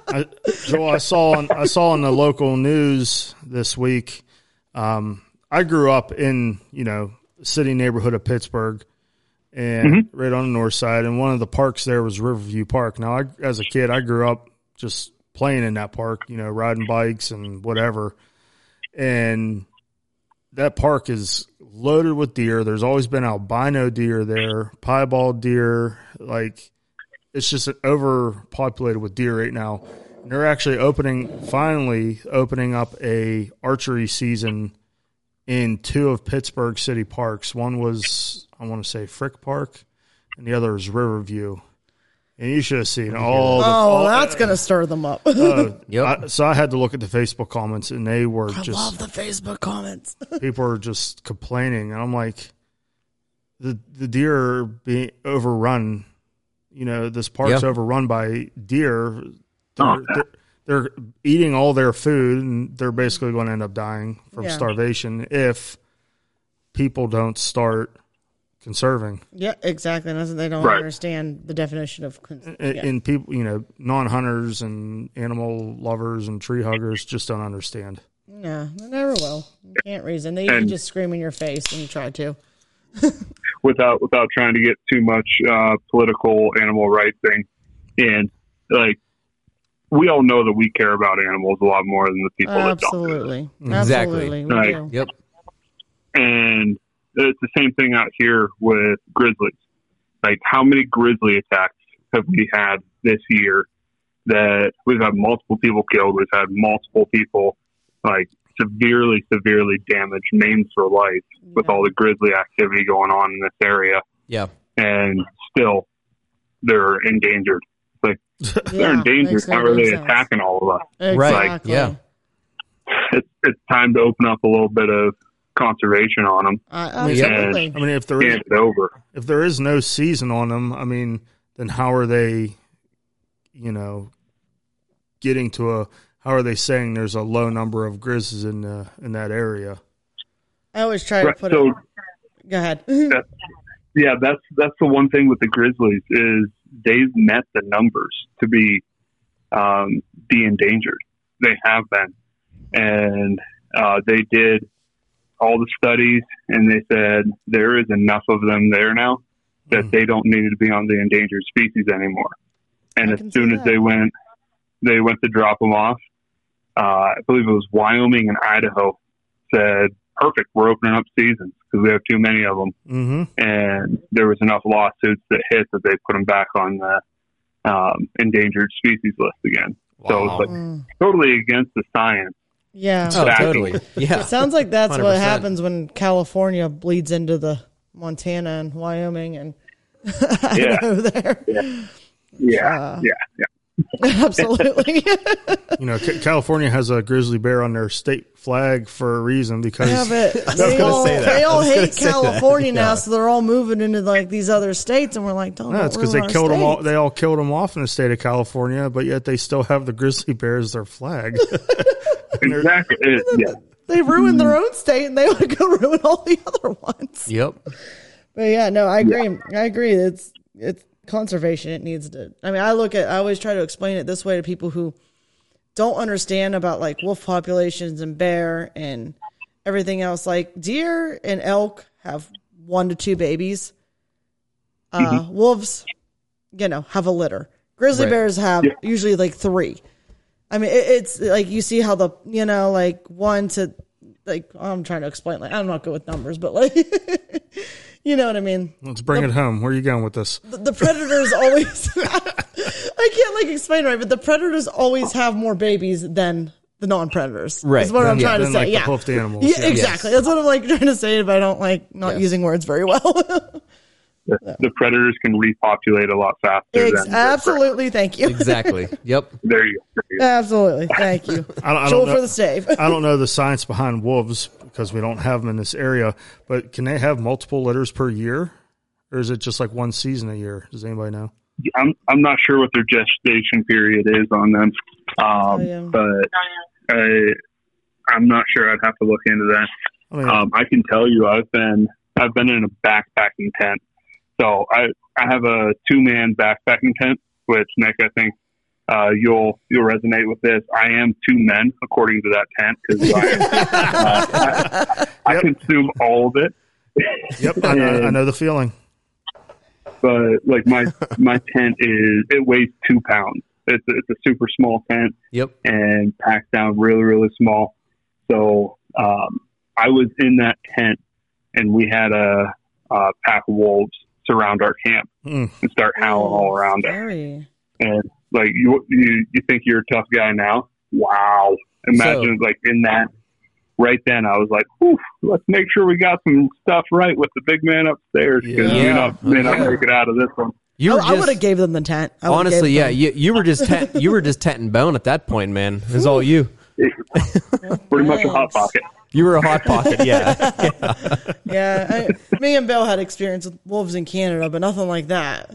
Speaker 2: I, Joel, I saw on, I saw on the local news this week. Um, I grew up in you know city neighborhood of Pittsburgh, and right on the north side. And one of the parks there was Riverview Park. Now, I, as a kid, I grew up just playing in that park. You know, riding bikes and whatever. And that park is loaded with deer. There's always been albino deer there, piebald deer, like it's just overpopulated with deer right now. And they're actually opening, finally opening up a archery season in two of Pittsburgh city parks. One was, I want to say, Frick Park, and the other is Riverview. And you should have seen all. The,
Speaker 3: oh
Speaker 2: all-
Speaker 3: that's going to stir them up <laughs>
Speaker 2: uh,
Speaker 1: Yep.
Speaker 2: I- so I had to look at the Facebook comments, and they were
Speaker 3: i
Speaker 2: just
Speaker 3: love the facebook comments
Speaker 2: people are just complaining and i'm like the the deer are being overrun you know this park's
Speaker 1: Yeah.
Speaker 2: overrun by deer they're,
Speaker 4: Oh, yeah.
Speaker 2: they're, they're eating all their food and they're basically going to end up dying from
Speaker 3: Yeah.
Speaker 2: starvation if people don't start conserving
Speaker 3: yeah exactly and that's- they don't
Speaker 4: Right.
Speaker 3: understand the definition of cons-
Speaker 2: A- and people you know non-hunters and animal lovers and tree huggers just don't understand
Speaker 3: No, they never will. You can't reason. They usually
Speaker 4: And-
Speaker 3: just scream in your face when you try to.
Speaker 4: without without trying to get too much uh, political animal rights thing. And like we all know that we care about animals a lot more than the people that don't.
Speaker 3: Absolutely. Absolutely. We
Speaker 4: Right.
Speaker 3: do.
Speaker 1: yep.
Speaker 4: And it's the same thing out here with grizzlies. Like how many grizzly attacks have we had this year that we've had multiple people killed, we've had multiple people like severely, severely damaged, maimed for life with all the grizzly activity going on in this area
Speaker 1: Yeah.
Speaker 4: and still they're endangered. they're
Speaker 3: Yeah,
Speaker 4: endangered.
Speaker 3: makes no
Speaker 4: How are they
Speaker 3: sense.
Speaker 4: attacking all of us?
Speaker 1: Right,
Speaker 3: Exactly.
Speaker 1: yeah.
Speaker 4: It's, it's time to open up a little bit of conservation on them
Speaker 3: Uh,
Speaker 2: mean,
Speaker 3: absolutely.
Speaker 2: i mean if there is
Speaker 4: and it's over.
Speaker 2: if there is no season on them, I mean, then how are they, you know, getting to a? How are they saying there's a low number of grizzlies in the, in that area?
Speaker 3: I always try
Speaker 4: Right,
Speaker 3: to put
Speaker 4: so-
Speaker 3: it. Go ahead. <laughs>
Speaker 4: Yeah, that's that's the one thing with the Grizzlies is they've met the numbers to be um, be endangered. They have been, and uh, they did all the studies, and they said there is enough of them there now that
Speaker 3: Hmm.
Speaker 2: Mm.
Speaker 4: they don't need to be on the endangered species anymore. And
Speaker 3: I
Speaker 4: as
Speaker 3: can see
Speaker 4: soon as
Speaker 3: that.
Speaker 4: they went, they went to drop them off. Uh, I believe it was Wyoming and Idaho said, "Perfect, we're opening up seasons because we have too many of them."
Speaker 2: Mm-hmm.
Speaker 4: and there was enough lawsuits that hit that they put them back on the um, endangered species list again.
Speaker 1: Wow.
Speaker 4: So it's like
Speaker 3: Mm.
Speaker 4: totally against the science.
Speaker 3: Yeah.
Speaker 1: Oh,
Speaker 4: Exactly.
Speaker 1: totally. Yeah.
Speaker 3: It sounds like that's what
Speaker 1: 100%.
Speaker 3: happens when California bleeds into the Montana and <laughs> Wyoming and
Speaker 4: Yeah.
Speaker 3: over there.
Speaker 4: Yeah. yeah. Yeah.
Speaker 3: <laughs> Absolutely.
Speaker 2: You know, Ca California has a grizzly bear on their state flag for a reason because
Speaker 3: have it.
Speaker 1: <laughs> was
Speaker 3: They
Speaker 1: gonna
Speaker 3: all,
Speaker 1: say that.
Speaker 3: they
Speaker 1: I
Speaker 3: all
Speaker 1: was gonna
Speaker 3: hate
Speaker 1: say that.
Speaker 3: California now,
Speaker 1: Yeah.
Speaker 3: so they're all moving into like these other states, and we're like, don't.
Speaker 2: No,
Speaker 3: don't
Speaker 2: it's because they
Speaker 3: ruin our
Speaker 2: killed them all.
Speaker 3: states.
Speaker 2: They all killed them off in the state of California, but yet they still have the grizzly bear as their
Speaker 3: <laughs>
Speaker 2: flag.
Speaker 4: Exactly. It- yeah.
Speaker 3: They ruined
Speaker 1: Mm.
Speaker 3: their own state, and they want to <laughs> go ruin all the other ones.
Speaker 1: Yep.
Speaker 3: But yeah, no, I agree. I agree. It's it's conservation. It needs to. I mean, I look at. I always try to explain it this way to people who don't understand about like wolf populations and bear and everything else. Like deer and elk have one to two babies. Uh, Wolves, you know, have a litter. Grizzly
Speaker 1: Right.
Speaker 3: bears have usually like three. I mean, it, it's like you see how the you know like one to like I'm trying to explain. Like I'm not good with numbers, but like <laughs> you know what I mean
Speaker 2: Let's bring it home. Where are you going with this?
Speaker 3: the predators always <laughs> I can't like explain right, but the predators always have more babies than the non predators. Is
Speaker 1: Right.
Speaker 3: what I'm
Speaker 1: Yeah,
Speaker 3: trying to
Speaker 2: then,
Speaker 3: say.
Speaker 2: like, the
Speaker 3: yeah.
Speaker 2: hoofed animals,
Speaker 3: Yeah,
Speaker 2: yeah.
Speaker 3: exactly. That's what I'm like trying to say, but I don't like not using words very well. <laughs>
Speaker 4: The predators can repopulate a lot faster.
Speaker 3: Ex-
Speaker 4: than
Speaker 3: absolutely, thank you.
Speaker 1: Exactly. Yep.
Speaker 4: There you go. There you
Speaker 3: <laughs>
Speaker 4: go.
Speaker 3: Absolutely, thank you.
Speaker 2: I don't, <laughs> I
Speaker 3: Joel
Speaker 2: don't
Speaker 3: for
Speaker 2: know.
Speaker 3: the save. <laughs>
Speaker 2: I don't know the science behind wolves because we don't have them in this area. But can they have multiple litters per year, or is it just like one season a year? Does anybody know?
Speaker 4: I'm I'm not sure what their gestation period is on them, um,
Speaker 3: yeah.
Speaker 4: but I, I'm not sure. I'd have to look into that.
Speaker 2: I mean,
Speaker 4: Um, I can tell you, I've been I've been in a backpacking tent. So I I have a two man backpacking tent, which Nick, I think uh, you'll you'll resonate with this. I am two men according to that tent because I, uh, I, I
Speaker 2: Yep.
Speaker 4: consume all of it.
Speaker 2: yep, I know, I know the feeling.
Speaker 4: But like my my tent is it weighs two pounds. It's it's a super small tent.
Speaker 1: Yep.
Speaker 4: and packed down really, really small. So um, I was in that tent, and we had a, a pack of wolves surround our camp
Speaker 1: Hmm.
Speaker 2: Mm.
Speaker 4: and start howling all around us.
Speaker 3: Sorry.
Speaker 4: And like you, you, you think you're a tough guy now? Wow! Imagine like in that. Right then, I was like, Whew, "Let's make sure we got some stuff right with the big man upstairs because
Speaker 1: Yeah.
Speaker 4: may not may not make it out of this one."
Speaker 1: You
Speaker 3: I,
Speaker 1: were
Speaker 3: would have
Speaker 1: just
Speaker 3: gave them the tent. I would've
Speaker 1: honestly,
Speaker 3: gave
Speaker 1: yeah. You,
Speaker 3: them-
Speaker 1: you were just tent, you were just tent and bone at that point, man. It was all you.
Speaker 4: Pretty much a hot pocket.
Speaker 1: You were a hot pocket.
Speaker 3: <laughs>
Speaker 1: Yeah.
Speaker 3: <laughs> yeah. I, me and Bill had experience with wolves in Canada, but nothing like that.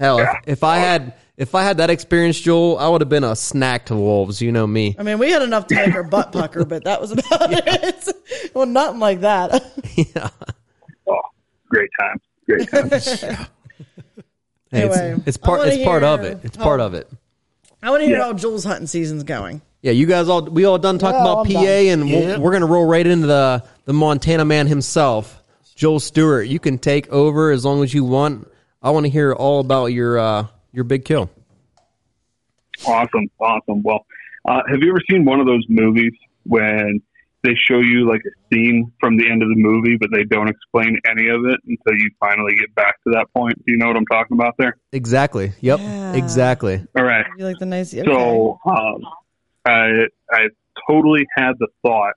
Speaker 1: Hell, if, if I had if I had that experience, Joel, I would have been a snack to wolves. You know me.
Speaker 3: I mean, we had enough to make her butt pucker, but that was
Speaker 4: <laughs>
Speaker 3: about it. <laughs> Well, nothing like that. <laughs>
Speaker 4: Oh, great time, great time.
Speaker 1: Hey, it's-
Speaker 3: Anyway,
Speaker 1: it's, part.
Speaker 3: I
Speaker 1: It's
Speaker 3: wanna
Speaker 1: part of
Speaker 3: hear-
Speaker 1: it. It's part
Speaker 3: oh.
Speaker 1: of it.
Speaker 3: I want to hear
Speaker 4: Yeah.
Speaker 3: how Joel's hunting season's going.
Speaker 1: Yeah, you guys all we all done talking
Speaker 3: Well,
Speaker 1: about
Speaker 3: I'm
Speaker 1: PA, and
Speaker 2: Yeah.
Speaker 1: we'll, we're gonna roll right into the the Montana man himself, Joel Stewart. You can take over as long as you want. I want to hear all about your uh, your big kill.
Speaker 4: Awesome, awesome. Well, uh, have you ever seen one of those movies when they show you like a scene from the end of the movie, but they don't explain any of it until you finally get back to that point? Do you know what I'm talking about there?
Speaker 1: Exactly. Yep.
Speaker 3: Yeah.
Speaker 1: Exactly.
Speaker 4: All right.
Speaker 3: You like the nice. Okay.
Speaker 4: So um, I I totally had the thought,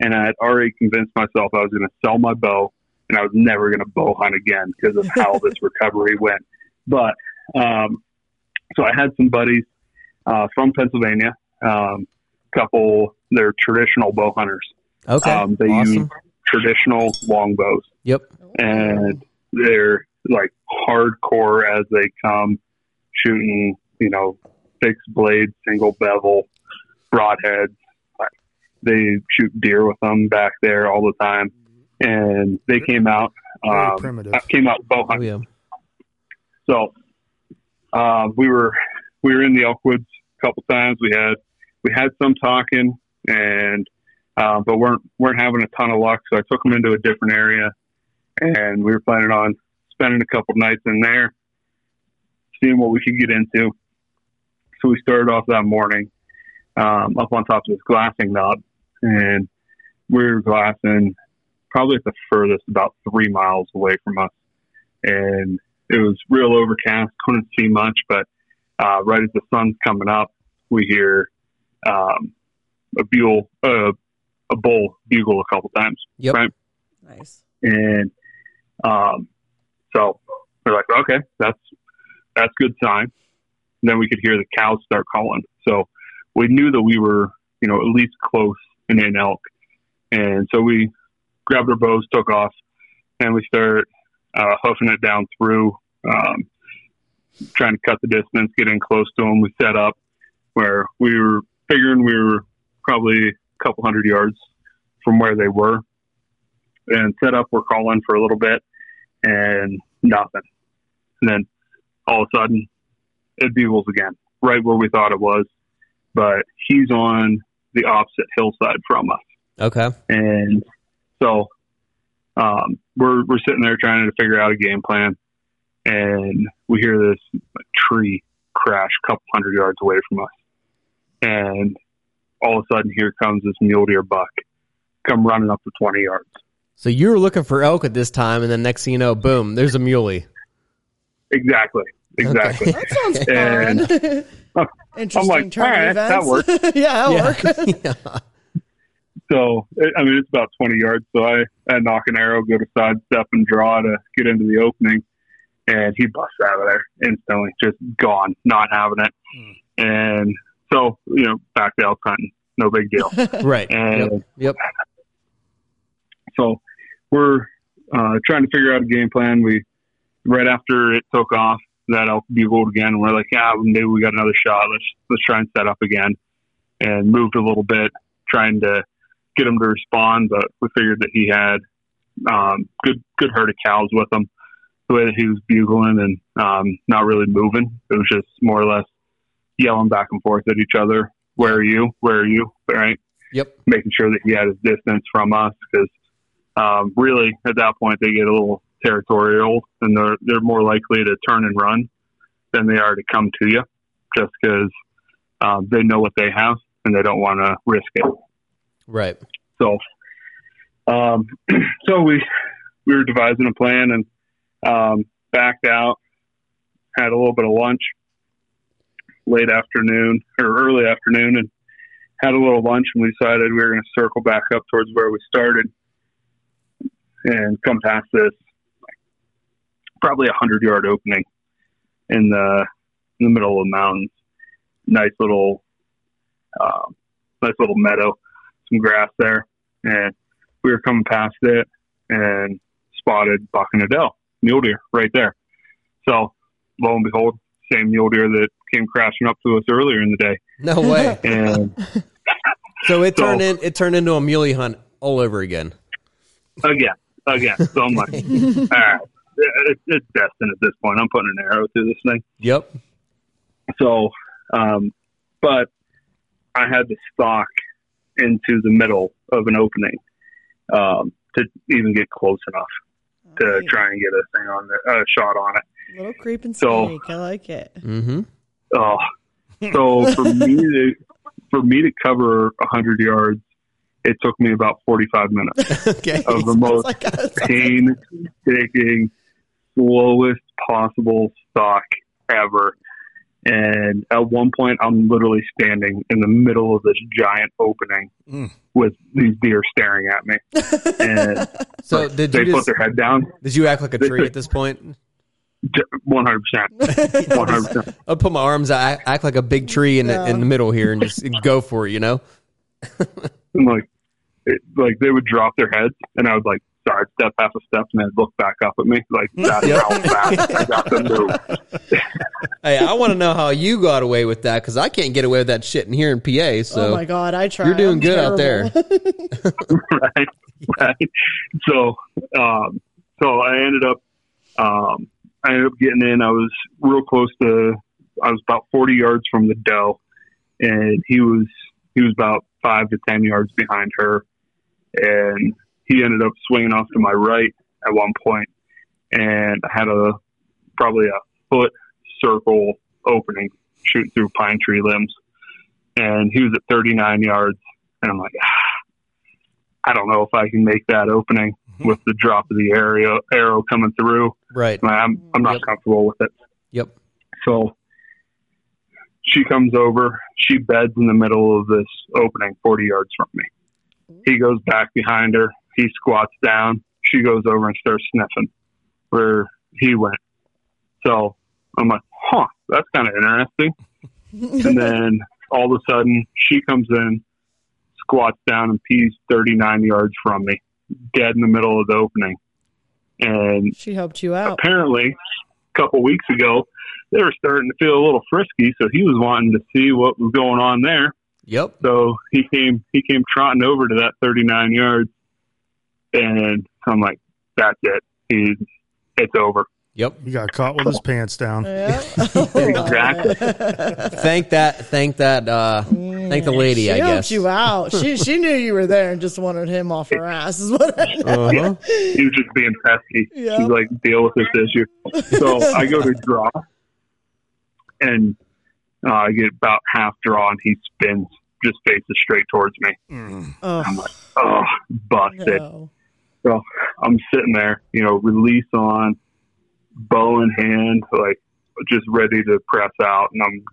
Speaker 4: and I had already convinced myself I was going to sell my bow, and I was never going to bow hunt again because of how
Speaker 1: <laughs>
Speaker 4: this recovery went. But um, so I had some buddies uh, from Pennsylvania, um, couple they're traditional bow hunters.
Speaker 1: Okay.
Speaker 4: Um, they
Speaker 1: awesome.
Speaker 4: use traditional longbows
Speaker 1: Yep.
Speaker 4: and they're like hardcore as they come, shooting, you know, fixed blade, single bevel, broadheads. Like they shoot deer with them back there all the time, and they came out.
Speaker 2: Very
Speaker 4: Um,
Speaker 2: primitive.
Speaker 4: came out bow
Speaker 1: Oh
Speaker 4: hunting.
Speaker 1: yeah.
Speaker 4: So uh, we were we were in the Elkwoods a couple times. We had we had some talking, and uh, but weren't weren't having a ton of luck. So I took them into a different area, and we were planning on spending a couple nights in there, seeing what we could get into. So we started off that morning um, up on top of this glassing knob, and we were glassing probably at the furthest, about three miles away from us, and it was real overcast, couldn't see much, but uh, right as the sun's coming up, we hear um, a bugle, uh, a bull bugle a couple times,
Speaker 1: Yep.
Speaker 4: Right.
Speaker 3: nice.
Speaker 4: and um, so We're like, okay, that's that's good sign. And then we could hear the cows start calling. So we knew that we were, you know, at least close in an elk. And so we grabbed our bows, took off, and we started uh, hoofing it down through, um, trying to cut the distance, get in close to them. We set up where we were figuring we were probably a couple hundred yards from where they were. And set up, we're calling for a little bit and nothing. And then all of a sudden, it bugles again, right where we thought it was. But he's on the opposite hillside from us.
Speaker 1: Okay.
Speaker 4: And so um, we're we're sitting there trying to figure out a game plan, and we hear this tree crash a couple hundred yards away from us, and all of a sudden here comes this mule deer buck come running up to twenty yards.
Speaker 1: So you were looking for elk at this time, and then next thing you know, boom, there's a muley.
Speaker 4: Exactly, exactly.
Speaker 3: That sounds
Speaker 4: And- <laughs>
Speaker 3: fun. <laughs> Interesting
Speaker 4: I'm like,
Speaker 3: turn
Speaker 4: all right,
Speaker 3: of
Speaker 4: that
Speaker 3: events. <laughs> yeah, that work.
Speaker 1: <laughs> <laughs> yeah.
Speaker 4: So it, I mean, it's about twenty yards. So I, I knock an arrow, go to side step, and draw to get into the opening, and he busts out of there instantly, just gone, not having it. And so you know, back to elk hunting, no big deal.
Speaker 1: Right.
Speaker 4: And-
Speaker 1: Yep. yep.
Speaker 4: So we're uh, trying to figure out a game plan. We right after it took off, that elk bugled again, and we're like, yeah, maybe we got another shot. Let's let's try and set up again, and moved a little bit, trying to get him to respond. But we figured that he had um, good good herd of cows with him. The way that he was bugling and um, not really moving, it was just more or less yelling back and forth at each other. Where are you? Where are you? Right
Speaker 1: Yep.
Speaker 4: making sure that he had his distance from us because um, really at that point they get a little territorial and they're they're more likely to turn and run than they are to come to you just because um, they know what they have and they don't want to risk it.
Speaker 1: Right.
Speaker 4: So, um, <clears throat> so we we were devising a plan and um, backed out, had a little bit of lunch late afternoon or early afternoon, and had a little lunch. And we decided we were going to circle back up towards where we started and come past this probably a hundred yard opening in the in the middle of the mountains. Nice little um, nice little meadow some grass there, and we were coming past it and spotted Buck and Adele mule deer right there. So lo and behold, same mule deer that came crashing up to us earlier in the day,
Speaker 1: No way.
Speaker 4: and
Speaker 1: <laughs> So it
Speaker 4: So-
Speaker 1: turned in it turned into a muley hunt all over again.
Speaker 4: again, again. So I'm like, all right, it, it's destined at this point. I'm putting an arrow through this thing.
Speaker 1: Yep.
Speaker 4: So, um, but I had to stalk into the middle of an opening um, to even get close enough to
Speaker 3: Alright.
Speaker 4: try and get a thing on the, a shot on it.
Speaker 3: Little creeping
Speaker 4: So-
Speaker 3: snake. I like it.
Speaker 1: Mm-hmm.
Speaker 4: Oh, so for me to for me to cover hundred yards, it took me about forty five minutes
Speaker 1: okay.
Speaker 4: of
Speaker 3: <laughs>
Speaker 4: the most
Speaker 3: Like
Speaker 4: <laughs>
Speaker 3: a-
Speaker 4: painstaking, slowest possible stock ever. And at one point, I'm literally standing in the middle of this giant opening
Speaker 2: Mm.
Speaker 4: with these deer staring at me, and
Speaker 1: So did
Speaker 4: they
Speaker 1: you
Speaker 4: put
Speaker 1: just,
Speaker 4: their head down.
Speaker 1: did you act like a tree at this point?
Speaker 4: One hundred percent, one hundred percent.
Speaker 1: I'll put my arms out, act like a big tree in the in the middle here and
Speaker 3: <laughs>
Speaker 1: just go for it, you know?
Speaker 4: <laughs> And like, it, like they would drop their heads, and I would like side step half a step, and they'd look back up at me like that's how fast I got to move.
Speaker 1: Hey, I want to know how you got away with that because I can't get away with that shit in here in PA. So
Speaker 3: oh my god, I tried.
Speaker 1: you're doing
Speaker 3: I'm
Speaker 1: good out
Speaker 3: terrible.
Speaker 1: there.
Speaker 4: right, right. <laughs> So, um, so I ended up, um, I ended up getting in. I was real close to, I was about forty yards from the doe, and he was he was about five to ten yards behind her, and he ended up swinging off to my right at one point, and I had a probably a foot circle opening shooting through pine tree limbs, and he was at thirty nine yards, and I'm like. I don't know if I can make that opening with the drop of the arrow arrow coming through.
Speaker 1: right.
Speaker 4: I'm I'm not
Speaker 1: Yep.
Speaker 4: comfortable with it.
Speaker 1: Yep.
Speaker 4: So she comes over, she beds in the middle of this opening 40 yards from me. He goes back behind her, he squats down, she goes over and starts sniffing where he went. So I'm like, huh, that's kind of interesting. and then all of a sudden, she comes in, squats down, and pees 39 yards from me, dead in the middle of the opening. And
Speaker 3: <laughs> She helped you
Speaker 4: <laughs>
Speaker 3: out.
Speaker 4: apparently a couple weeks ago they were starting to feel a little frisky so he was wanting to see what was going on there
Speaker 1: Yep.
Speaker 4: so he came he came trotting over to that 39 yards and i'm like that's it he's it's over
Speaker 1: Yep.
Speaker 2: He got caught with his pants down.
Speaker 3: Yeah. <laughs>
Speaker 4: Exactly.
Speaker 1: Thank that. Thank that. Uh, thank the lady.
Speaker 3: Mm. She
Speaker 1: I
Speaker 3: helped
Speaker 1: guess.
Speaker 3: you out. She she knew you were there and just wanted him off
Speaker 4: <laughs>
Speaker 3: her ass. Is what I know.
Speaker 1: Uh-huh.
Speaker 4: he was just being pesky
Speaker 3: Yeah.
Speaker 4: he's like deal with this issue so i go to draw and uh, i get about half draw and he spins just faces straight towards me
Speaker 3: <laughs>
Speaker 2: Mm.
Speaker 3: Oh
Speaker 4: oh busted
Speaker 3: no.
Speaker 4: So I'm sitting there, you know, release on, bow in hand, like just ready to press out, and I'm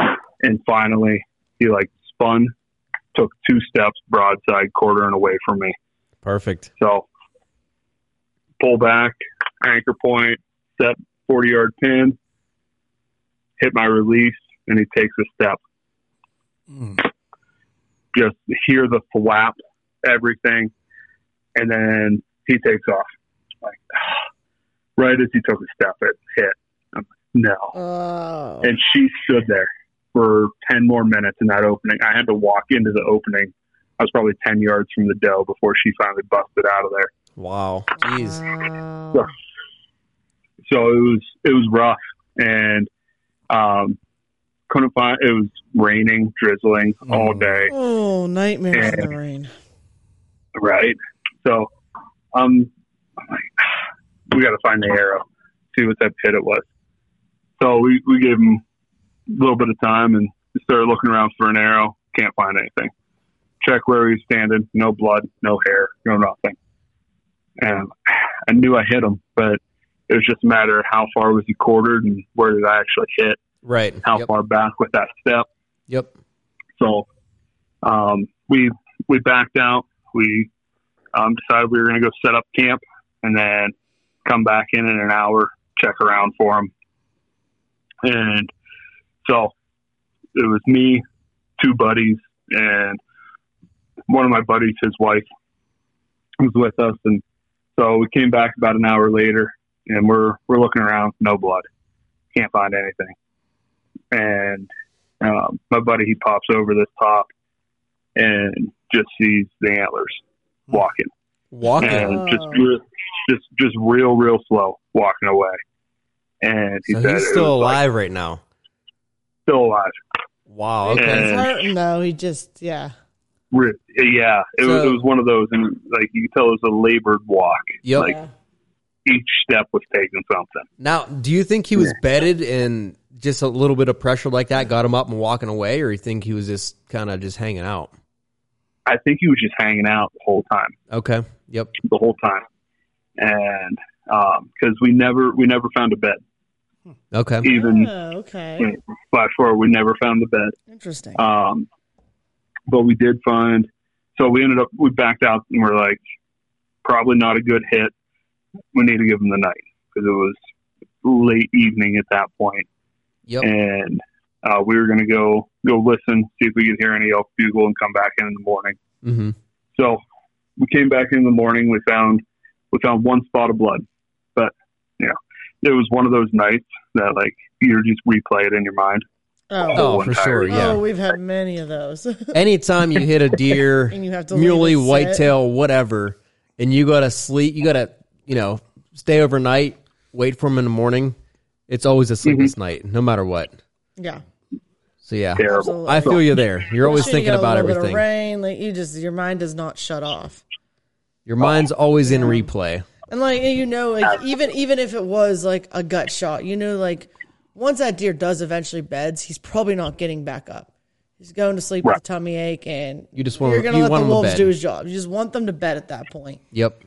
Speaker 4: done. And finally, he like spun, took two steps broadside, quartering away from me.
Speaker 1: Perfect.
Speaker 4: So pull back, anchor point, step, 40 yard pin, hit my release, and he takes a step.
Speaker 2: Mm.
Speaker 4: Just hear the flap, everything, and then he takes off. Like, <sighs> right as he took a step, it hit. I'm like, no.
Speaker 3: Oh.
Speaker 4: And she stood there for 10 more minutes in that opening. I had to walk into the opening. I was probably 10 yards from the dough before she finally busted out of there.
Speaker 1: Wow.
Speaker 3: Uh,
Speaker 1: Jeez. Oh.
Speaker 3: Wow.
Speaker 4: so it was it was rough and um couldn't find it was raining drizzling all
Speaker 2: Mm.
Speaker 4: day
Speaker 3: Oh, nightmares in the rain.
Speaker 4: right so um I'm like, <sighs> we got to find the arrow see what type of hit it was so we we gave him a little bit of time and started looking around for an arrow can't find anything check where he was standing no blood no hair no nothing and <sighs> i knew i hit him but it was just a matter of how far was he quartered and where did i actually hit
Speaker 1: Right.
Speaker 4: how
Speaker 1: Yep.
Speaker 4: far back with that step.
Speaker 1: Yep.
Speaker 4: So um, we we backed out. We um, decided we were going to go set up camp and then come back in in an hour, check around for him. And so it was me, two buddies, and one of my buddies, his wife, was with us. And so we came back about an hour later, and we're we're looking around, no blood, can't find anything. And um, my buddy he pops over this top and just sees the antlers walking
Speaker 1: Walking.
Speaker 4: and just re- just just real real slow walking away and he
Speaker 1: So
Speaker 4: said
Speaker 1: he's
Speaker 4: it
Speaker 1: still
Speaker 4: was, like,
Speaker 1: alive right now.
Speaker 4: still alive
Speaker 1: Wow.
Speaker 3: He's
Speaker 1: Okay.
Speaker 4: And-
Speaker 3: hurting though. He just yeah.
Speaker 4: Re- yeah it, was,
Speaker 1: So-
Speaker 4: it was one of those and like you could tell it was a labored walk
Speaker 1: Yep.
Speaker 4: like-
Speaker 3: yeah.
Speaker 4: each step was taking something
Speaker 1: now, do you think he was bedded and just a little bit of pressure like that got him up and walking away, or you think he was just kind of just hanging out?
Speaker 4: i think he was just hanging out the whole time
Speaker 1: Okay. Yep.
Speaker 4: the whole time and because we never we never found a bed
Speaker 1: Okay.
Speaker 4: even
Speaker 3: Oh, okay.
Speaker 1: Mm.
Speaker 4: flash forward we never found the bed
Speaker 3: Interesting.
Speaker 1: Uh,
Speaker 4: Um, but we did find, so we ended up, we backed out and we're like, probably not a good hit. We need to give him the night because it was late evening at that point.
Speaker 1: Yep.
Speaker 4: And uh, we were going to go, go listen, see if we could hear any elk bugle and come back in in the morning.
Speaker 1: Mm-hmm.
Speaker 4: So we came back in the morning. We found we found one spot of blood, but you know, it was one of those nights that like you just replay it in your mind.
Speaker 3: Oh,
Speaker 1: Oh, for sure.
Speaker 3: oh,
Speaker 1: Yeah.
Speaker 3: we've had many of those. <laughs>
Speaker 1: Anytime you hit a deer,
Speaker 3: And you have to leave
Speaker 1: muley,
Speaker 3: it sit.
Speaker 1: whitetail, whatever, and you gotta sleep, you gotta, you know, stay overnight, wait for him in the morning. It's always a
Speaker 3: Mm-hmm.
Speaker 1: sleepless night, no matter what.
Speaker 3: yeah.
Speaker 1: So yeah,
Speaker 4: Terrible.
Speaker 3: Absolutely.
Speaker 1: I feel you there. You're always
Speaker 3: Especially
Speaker 1: thinking
Speaker 3: you get a
Speaker 1: about
Speaker 3: little bit of
Speaker 1: everything.
Speaker 3: rain, like you just your mind does not shut off.
Speaker 1: Your mind's always in replay.
Speaker 3: And like you know, like even even if it was like a gut shot, you know, like once that deer does eventually beds, he's probably not getting back up. He's going to sleep with a
Speaker 4: Right.
Speaker 3: tummy ache, and
Speaker 1: You just want-
Speaker 3: you're going
Speaker 1: you
Speaker 3: to let
Speaker 1: want
Speaker 3: the
Speaker 1: him to
Speaker 3: wolves
Speaker 1: bed.
Speaker 3: do his job. You just want them to bed at that point.
Speaker 1: Yep.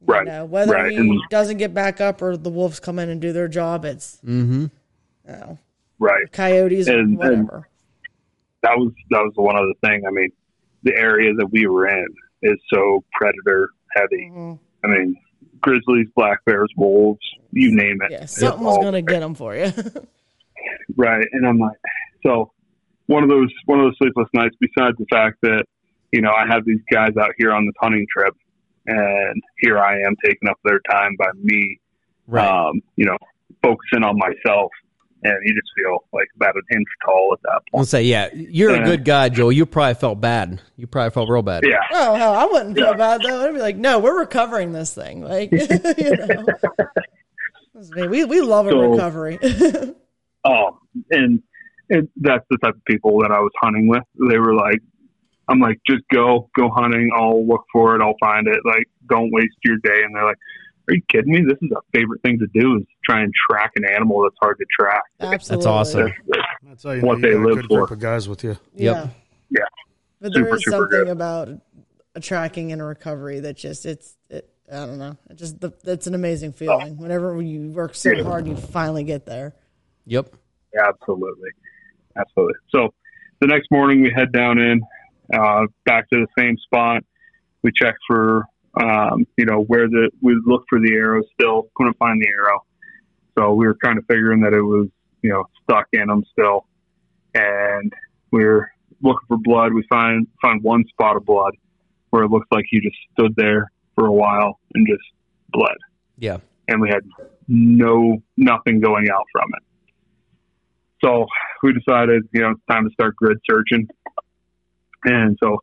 Speaker 4: Right.
Speaker 3: You know, whether
Speaker 4: right.
Speaker 3: he
Speaker 4: And-
Speaker 3: doesn't get back up or the wolves come in and do their job, it's
Speaker 1: Mm-hmm.
Speaker 3: you know,
Speaker 4: right.
Speaker 3: coyotes
Speaker 4: And- and-
Speaker 3: or whatever.
Speaker 4: that was that was one other thing. I mean,
Speaker 3: Mm-hmm.
Speaker 4: the area that we were in is so predator heavy. I mean, grizzlies, black bears, wolves, you name it.
Speaker 3: Yeah, something was
Speaker 4: all
Speaker 3: gonna get them for you. <laughs>
Speaker 4: Right. And I'm like, so one of those one of those sleepless nights. Besides the fact that you know I have these guys out here on this hunting trip, and here I am taking up their time by me,
Speaker 3: Uh,
Speaker 4: um, you know, focusing on myself, and you just feel like about an inch tall at that
Speaker 1: I'll
Speaker 4: point.
Speaker 1: say, yeah, you're a
Speaker 4: Yeah.
Speaker 1: good guy, Joel. You probably felt bad. You probably felt real bad.
Speaker 4: Yeah.
Speaker 3: oh hell, I wouldn't feel bad though. I'd be like, no, we're recovering this thing. Like, <laughs> you know, That's me. we we love a
Speaker 4: So-
Speaker 3: recovery. <laughs>
Speaker 4: Um, and and that's the type of people that I was hunting with. They were like, I'm like, just go, go hunting. I'll look for it. I'll find it. Like, don't waste your day. And they're like, Are you kidding me? This is a favorite thing to do is try and track an animal that's hard to track.
Speaker 3: Absolutely,
Speaker 1: awesome.
Speaker 2: That's how you
Speaker 4: What
Speaker 2: know you
Speaker 4: they
Speaker 2: got a
Speaker 4: live
Speaker 2: good group
Speaker 4: for.
Speaker 2: of guys with you.
Speaker 1: Yep.
Speaker 4: Yeah.
Speaker 3: But there
Speaker 4: Super,
Speaker 3: is
Speaker 4: super
Speaker 3: something
Speaker 4: good.
Speaker 3: about a tracking and a recovery that just it's it, I don't know. It just the, it's an amazing
Speaker 4: Oh.
Speaker 3: feeling whenever you work so hard and you finally get there.
Speaker 1: Yep.
Speaker 4: Absolutely. Absolutely. So the next morning we head down in, uh, back to the same spot. We check for, um, you know, where the, we look for the arrow still, couldn't find the arrow. So we were kind of figuring that it was, you know, stuck in them still. And we were looking for blood. We find, find one spot of blood where it looks like he just stood there for a while and just bled
Speaker 1: Yeah.
Speaker 4: and we had no nothing going out from it. So we decided, you know, it's time to start grid searching, and so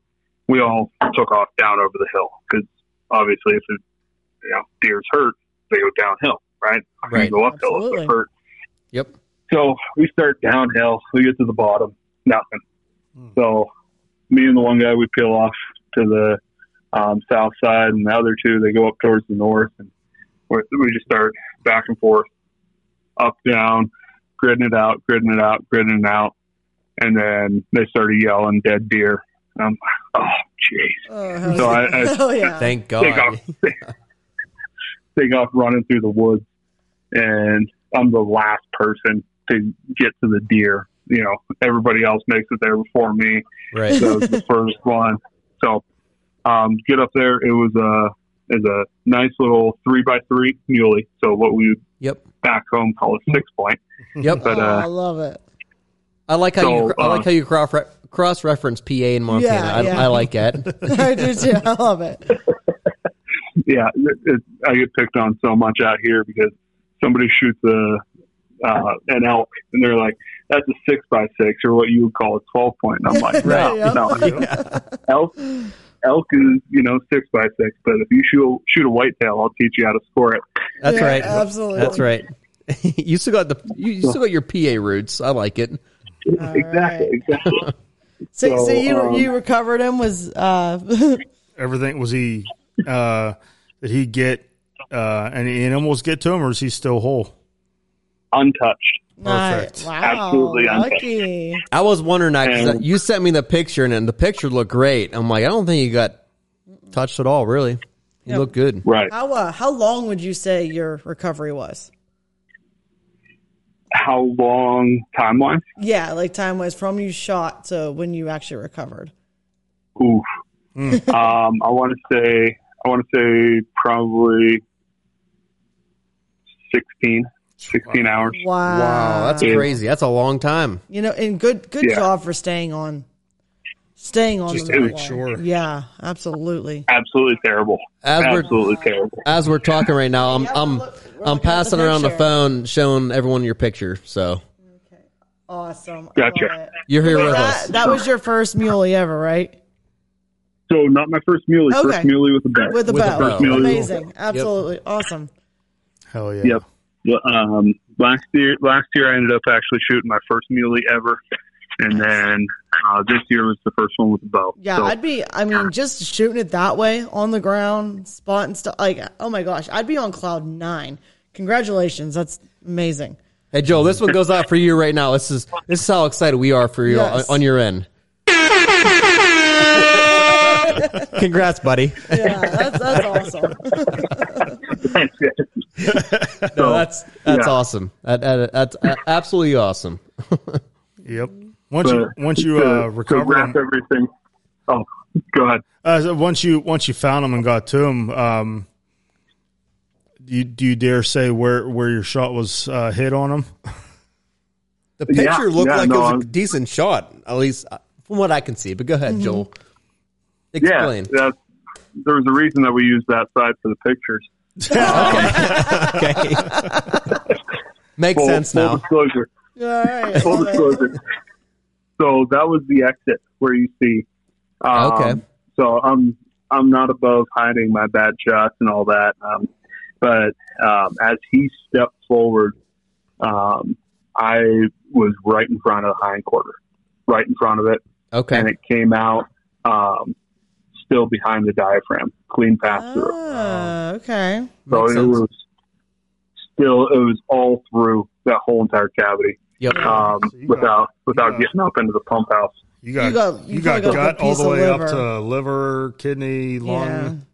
Speaker 4: we all took off down over the hill because obviously, if it, you know deer's hurt, they go downhill, right? If you
Speaker 1: Right.
Speaker 4: Go uphill if
Speaker 3: Absolutely.
Speaker 4: they're hurt.
Speaker 1: Yep.
Speaker 4: So we start downhill. We get to the bottom, nothing.
Speaker 2: Hmm.
Speaker 4: So me and the one guy we peel off to the um, south side, and the other two they go up towards the north, and we're, we just start back and forth, up down, gridding it out, gridding it out, gridding it out, and then they started yelling dead deer. Um, oh jeez!
Speaker 3: <laughs> Oh, hell
Speaker 4: So I-
Speaker 3: yeah.
Speaker 4: I-
Speaker 3: Hell yeah.
Speaker 1: Thank
Speaker 4: They got
Speaker 1: God.
Speaker 4: they got running through the woods, and I'm the last person to get to the deer. You know, everybody else makes it there before me.
Speaker 1: Right.
Speaker 4: So it was the first one. So um, get up there. It was a is a nice little three by three muley. So what we
Speaker 1: Yep.
Speaker 4: back home call a six point.
Speaker 1: Yep.
Speaker 4: But,
Speaker 3: oh,
Speaker 4: uh,
Speaker 3: I love it. <laughs>
Speaker 1: I like how you
Speaker 4: So,
Speaker 1: I
Speaker 4: uh,
Speaker 1: like how you cross cross reference PA in Montana.
Speaker 3: Yeah,
Speaker 1: I,
Speaker 3: yeah.
Speaker 1: I like that.
Speaker 3: I do too. I love it.
Speaker 4: Yeah, it, it, I get picked on so much out here because somebody shoots a uh, an elk and they're like, "That's a six by six or what you would call a twelve point." And I'm like, "No,
Speaker 3: Right.
Speaker 4: no,
Speaker 2: Yeah.
Speaker 4: elk." Elk is, you know, six by six, but if you shoot shoot a whitetail, I'll teach you how to score it.
Speaker 1: <laughs> That's
Speaker 3: Yeah,
Speaker 1: right.
Speaker 3: Absolutely.
Speaker 1: That's right. <laughs> you still got the you, you still got your PA roots. I like it.
Speaker 3: All
Speaker 4: exactly,
Speaker 3: right.
Speaker 4: exactly.
Speaker 3: So, so,
Speaker 4: So,
Speaker 3: you
Speaker 4: um,
Speaker 3: you recovered him was uh
Speaker 2: Everything was he uh did he get uh any animals get to him or is he still whole?
Speaker 4: Untouched.
Speaker 3: nice.
Speaker 2: Perfect.
Speaker 3: Wow,
Speaker 4: Absolutely untouched.
Speaker 3: lucky.
Speaker 1: I was wondering that 'cause
Speaker 4: And-
Speaker 1: you sent me the picture and, and the picture looked great. I'm like, I don't think you got touched at all. Really, you
Speaker 3: Yep.
Speaker 1: look good.
Speaker 4: Right.
Speaker 3: How uh, how long would you say your recovery was?
Speaker 4: how long timeline?
Speaker 3: Yeah, like time wise from you shot to when you actually recovered.
Speaker 4: Oof.
Speaker 2: Hmm.
Speaker 4: um, I want to say I want to say probably 16, 16 hours.
Speaker 3: Wow,
Speaker 1: Wow, Oh, that's
Speaker 4: Yeah.
Speaker 1: crazy. That's a long time.
Speaker 3: you know, and good good
Speaker 4: Yeah.
Speaker 3: job for staying on, staying on
Speaker 2: Just
Speaker 3: the
Speaker 2: to
Speaker 3: road.
Speaker 2: make sure.
Speaker 3: Yeah, absolutely.
Speaker 4: Absolutely terrible.
Speaker 1: As we're-
Speaker 4: Absolutely terrible.
Speaker 1: As we're talking right now, I'm
Speaker 3: Yeah,
Speaker 1: I'm
Speaker 3: look, we're
Speaker 1: I'm
Speaker 3: looking at the
Speaker 1: passing around the
Speaker 3: picture.
Speaker 1: phone, showing everyone your picture. So
Speaker 3: Awesome. I
Speaker 4: Gotcha.
Speaker 3: love it.
Speaker 1: you're here with
Speaker 3: That,
Speaker 1: us.
Speaker 3: that was your first muley ever, right?
Speaker 4: So not my first muley.
Speaker 3: Okay.
Speaker 4: First muley with a bow.
Speaker 3: With a
Speaker 1: With a
Speaker 3: bow.
Speaker 1: bow.
Speaker 4: Muley.
Speaker 3: Amazing. Absolutely awesome.
Speaker 2: Hell yeah.
Speaker 4: Yep. Well, Um, last year, last year I ended up actually shooting my first muley ever, and then uh, this year was the first one with a bow.
Speaker 3: Yeah,
Speaker 4: So,
Speaker 3: I'd be. I mean, just shooting it that way on the ground, spot and stuff. Like, oh my gosh, I'd be on cloud nine. Congratulations, that's amazing.
Speaker 1: Hey Joel, this one goes out for you right now. This is this is how excited we are for you
Speaker 3: Yes.
Speaker 1: on, on your
Speaker 3: <laughs>
Speaker 1: end. Congrats, buddy.
Speaker 3: Yeah, that's that's
Speaker 4: <laughs>
Speaker 3: awesome.
Speaker 4: thanks,
Speaker 2: <laughs>
Speaker 4: guys.
Speaker 1: No, that's that's
Speaker 4: yeah.
Speaker 1: awesome. That, that, that's a- absolutely awesome. <laughs>
Speaker 2: Yep. Once you
Speaker 4: But
Speaker 2: once you
Speaker 4: to-
Speaker 2: uh
Speaker 4: to
Speaker 2: recovered
Speaker 4: wrap
Speaker 2: him,
Speaker 4: everything. Oh, go ahead.
Speaker 2: uh, so once you once you found him and got to him, um do you, do you dare say where where your shot was uh, hit on him?
Speaker 1: The picture
Speaker 4: Yeah,
Speaker 1: looked
Speaker 4: yeah,
Speaker 1: like
Speaker 4: no,
Speaker 1: it was
Speaker 4: I'm-
Speaker 1: a decent shot, at least uh, from what I can see. But go ahead,
Speaker 3: Mm-hmm.
Speaker 1: Joel. <laughs> Explain.
Speaker 4: Yeah, that's, there's a reason that we use that side for the pictures.
Speaker 1: <laughs> Okay. Makes
Speaker 4: Full,
Speaker 1: sense
Speaker 4: full
Speaker 1: now.
Speaker 4: disclosure.
Speaker 3: All right.
Speaker 4: Full disclosure. So that was the exit where you see. Um,
Speaker 1: Okay.
Speaker 4: So I'm I'm not above hiding my bad shots and all that, um, but um, as he stepped forward, um, I was right in front of the hindquarter, right in front of it,
Speaker 1: Okay.
Speaker 4: and it came out um, still behind the diaphragm, clean past through.
Speaker 3: Ah, okay.
Speaker 4: So
Speaker 1: Makes
Speaker 4: it
Speaker 1: sense.
Speaker 4: was still it was all through that whole entire cavity
Speaker 1: Yep.
Speaker 3: Uh,
Speaker 4: um,
Speaker 2: So you got-
Speaker 4: without without
Speaker 2: got-
Speaker 4: getting up into the pump house.
Speaker 2: You got you
Speaker 3: You
Speaker 2: got,
Speaker 3: got- you probably got a
Speaker 2: gut
Speaker 3: good
Speaker 2: all
Speaker 3: piece
Speaker 2: the
Speaker 3: of
Speaker 2: way up
Speaker 3: liver.
Speaker 2: to liver, kidney, lung.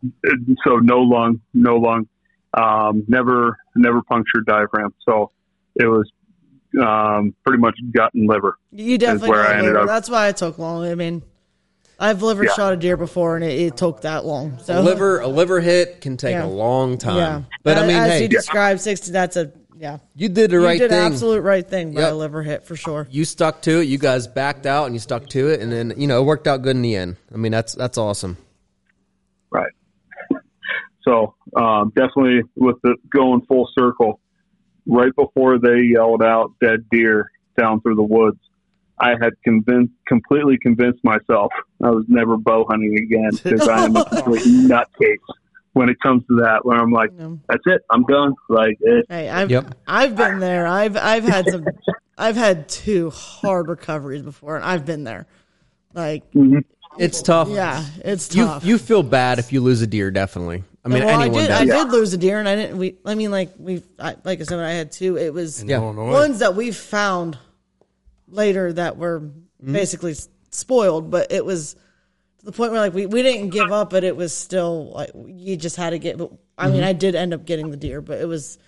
Speaker 3: Yeah.
Speaker 4: And So no lung, no lung, um, never never punctured diaphragm. So it was um, pretty much gut and liver.
Speaker 3: You definitely
Speaker 4: where I
Speaker 3: got
Speaker 4: ended
Speaker 3: liver.
Speaker 4: up.
Speaker 3: That's why it took long. I mean, I've liver
Speaker 4: Yeah.
Speaker 3: shot a deer before, and it, it took that long. So
Speaker 1: A liver a liver hit can take
Speaker 3: Yeah.
Speaker 1: a long time.
Speaker 3: yeah.
Speaker 1: But I
Speaker 3: As-
Speaker 1: mean,
Speaker 3: as
Speaker 1: hey,
Speaker 3: you described, sixty. That's a yeah.
Speaker 1: you did the right
Speaker 3: you did
Speaker 1: thing.
Speaker 3: absolute right thing by
Speaker 1: Yep.
Speaker 3: a liver hit for sure.
Speaker 1: You stuck to it. You guys backed out and you stuck to it, and then you know it worked out good in the end. I mean, that's that's awesome.
Speaker 4: Right. So um, definitely with the going full circle, right before they yelled out "dead deer" down through the woods, I had convinced, completely convinced myself I was never bow hunting again because I am a complete nutcase when it comes to that. Where I'm like,
Speaker 3: No.
Speaker 4: that's it, I'm done. Like, eh,
Speaker 3: Hey, I've
Speaker 1: Yep.
Speaker 3: I've been there. I've I've had some. I've had two hard recoveries before, and I've been there. Like,
Speaker 1: It's tough.
Speaker 3: yeah, it's
Speaker 1: You
Speaker 3: tough.
Speaker 1: you feel bad if you lose a deer, definitely. I mean,
Speaker 3: well, I
Speaker 1: anyone
Speaker 3: did.
Speaker 1: does.
Speaker 3: I did lose a deer, and I didn't. We, I mean, like we, I, like I said, when I had two. It was
Speaker 1: Yeah.
Speaker 2: Illinois.
Speaker 3: ones that we found later that were
Speaker 1: Mm-hmm.
Speaker 3: basically s- spoiled, but it was to the point where like we, we didn't give up, but it was still like you just had to get. But I
Speaker 1: Mm-hmm.
Speaker 3: mean, I did end up getting the deer, but it was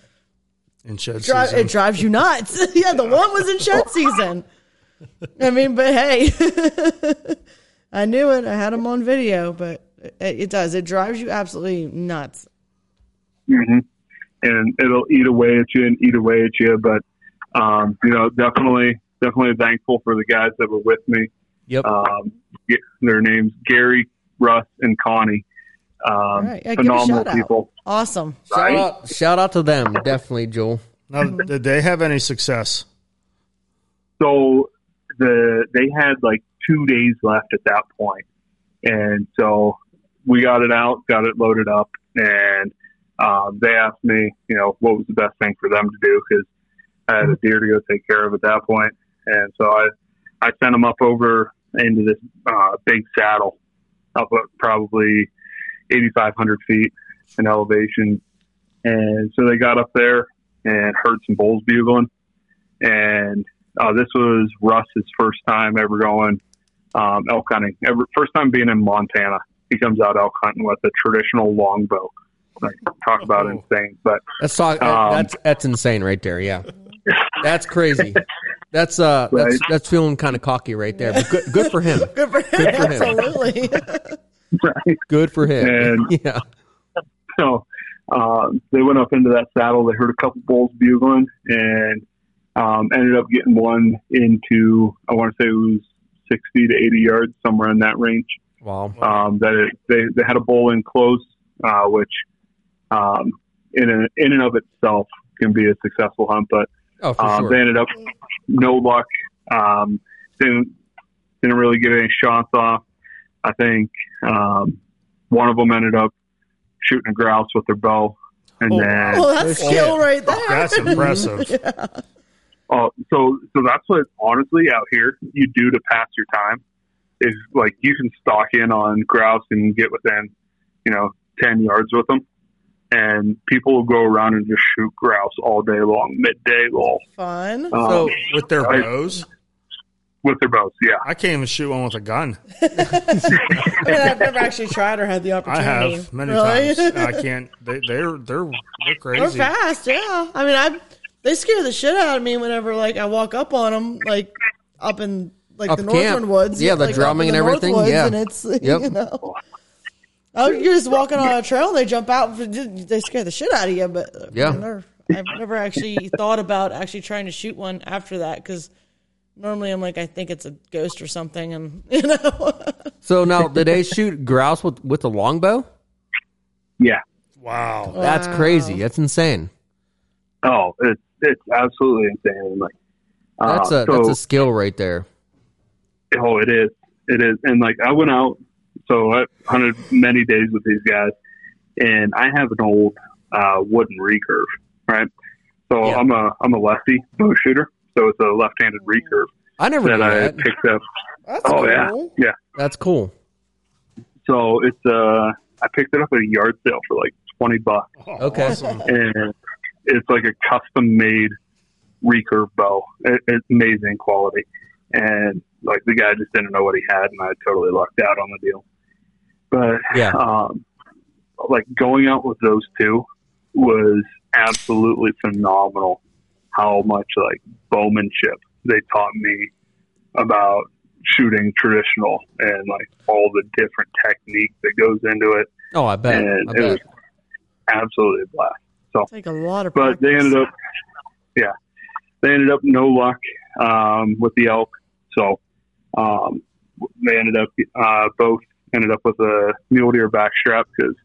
Speaker 2: in shed
Speaker 3: dri-
Speaker 2: season.
Speaker 3: it drives you nuts. <laughs> yeah, the one was in shed season. I mean, but hey, <laughs> I knew it. I had him on video, but it, it does. It drives you absolutely nuts.
Speaker 4: mm-hmm. and it'll eat away at you and eat away at you. But um, you know, definitely, definitely thankful for the guys that were with me.
Speaker 1: Yep.
Speaker 4: Um, yeah, their names Gary, Russ, and Connie. Um,
Speaker 3: right. Yeah, give a
Speaker 4: phenomenal
Speaker 3: shout-out.
Speaker 4: people.
Speaker 3: Awesome.
Speaker 1: shout
Speaker 4: right.
Speaker 1: out shout out to them, definitely, Joel.
Speaker 2: Now, did they have any success?
Speaker 4: So the they had like two days left at that point, and so we got it out, got it loaded up, and um, they asked me, you know, what was the best thing for them to do because I had a deer to go take care of at that point, and so I I sent them up over into this uh, big saddle up at probably 8,500 feet in elevation, and so they got up there and heard some bulls bugling, and uh, this was Russ's first time ever going um, elk hunting. Ever, first time being in Montana. He comes out elk hunting with a traditional longbow. Like, talk about
Speaker 2: Oh.
Speaker 4: insane. But <laughs>
Speaker 1: That's talk.
Speaker 4: Um,
Speaker 1: that's that's insane right there. Yeah, that's
Speaker 4: <laughs>
Speaker 1: crazy. That's uh, that's
Speaker 4: Right.
Speaker 1: that's feeling kind of cocky right there. But good, good for him.
Speaker 3: Good for him.
Speaker 1: Good for him.
Speaker 3: <laughs> Absolutely.
Speaker 1: Good for him.
Speaker 4: And-
Speaker 1: <laughs> yeah,
Speaker 4: so um, they went up into that saddle. They heard a couple bulls bugling and um, ended up getting one into, I want to say it was 60 to 80 yards, somewhere in that range.
Speaker 1: wow.
Speaker 4: um, that it, they, they had a bowl in close, uh, which um, in, a, in and of itself can be a successful hunt, but
Speaker 1: Oh, for
Speaker 4: um,
Speaker 1: sure.
Speaker 4: they ended up no luck. Um, didn't didn't really get any shots off. I think um, one of them ended up shooting a grouse with their bow, and
Speaker 2: Oh,
Speaker 4: then
Speaker 3: well, that's
Speaker 2: Good
Speaker 3: skill
Speaker 2: shit.
Speaker 3: right there.
Speaker 2: That's
Speaker 3: <laughs>
Speaker 2: impressive.
Speaker 4: Oh, so so that's what honestly out here you do to pass your time is like you can stalk in on grouse and get within you know ten yards with them, and people will go around and just shoot grouse all day long, midday long
Speaker 3: Fun.
Speaker 4: um,
Speaker 1: So
Speaker 2: With their
Speaker 4: Right.
Speaker 2: bows,
Speaker 4: with their bows. Yeah,
Speaker 2: I can't even shoot one with a gun.
Speaker 3: I mean, I've never actually tried or had the
Speaker 2: I
Speaker 3: opportunity.
Speaker 2: have many
Speaker 3: Really?
Speaker 2: times. and
Speaker 3: <laughs>
Speaker 2: I can't. They, they're they're they're
Speaker 3: They're
Speaker 2: crazy.
Speaker 3: fast, yeah. I mean, I they scare the shit out of me whenever like I walk up on them, like up in like
Speaker 1: Up
Speaker 3: the
Speaker 1: camp.
Speaker 3: northern woods.
Speaker 1: Yeah, the
Speaker 3: like, up
Speaker 1: drumming
Speaker 3: in
Speaker 1: and
Speaker 3: the north <laughs>
Speaker 1: everything,
Speaker 3: woods,
Speaker 1: yeah.
Speaker 3: and it's
Speaker 1: Yep.
Speaker 3: you know Oh, you're just walking on a trail and they jump out. They scare the shit out of you. But uh,
Speaker 1: Yeah.
Speaker 3: I've never, I've never actually thought about actually trying to shoot one after that because normally I'm like, I think it's a ghost or something, and <laughs> you know,
Speaker 1: So now, did they shoot grouse with with a longbow?
Speaker 4: Yeah.
Speaker 2: Wow.
Speaker 1: That's crazy. That's insane.
Speaker 4: Oh, it's it's absolutely insane. Like uh,
Speaker 1: That's a
Speaker 4: so,
Speaker 1: that's a skill right there.
Speaker 4: Oh, it is. It is. And like I went out, so I hunted many days with these guys, and I have an old uh, wooden recurve, right? So
Speaker 1: Yeah.
Speaker 4: I'm a I'm a lefty bow shooter, so it's a left-handed recurve
Speaker 1: I never knew
Speaker 4: that I
Speaker 1: that.
Speaker 4: picked up.
Speaker 3: that's
Speaker 4: Oh
Speaker 3: cool.
Speaker 4: yeah, yeah.
Speaker 1: That's cool.
Speaker 4: So it's uh, I picked it up at a yard sale for like twenty bucks,
Speaker 1: Okay.
Speaker 4: and it's like a custom-made recurve bow. It, it's amazing quality, and like the guy just didn't know what he had, and I totally lucked out on the deal. But
Speaker 1: Yeah.
Speaker 4: um, like going out with those two was absolutely phenomenal. How much like bowmanship they taught me about shooting traditional and like all the different technique that goes into it,
Speaker 1: Oh, I bet.
Speaker 4: and
Speaker 1: I
Speaker 4: it was
Speaker 1: bet.
Speaker 4: absolutely a blast. So
Speaker 3: Take a lot of.
Speaker 4: but they
Speaker 3: practice.
Speaker 4: ended up, yeah, they ended up no luck um, with the elk. So um, they ended up uh, both ended up with a mule deer backstrap because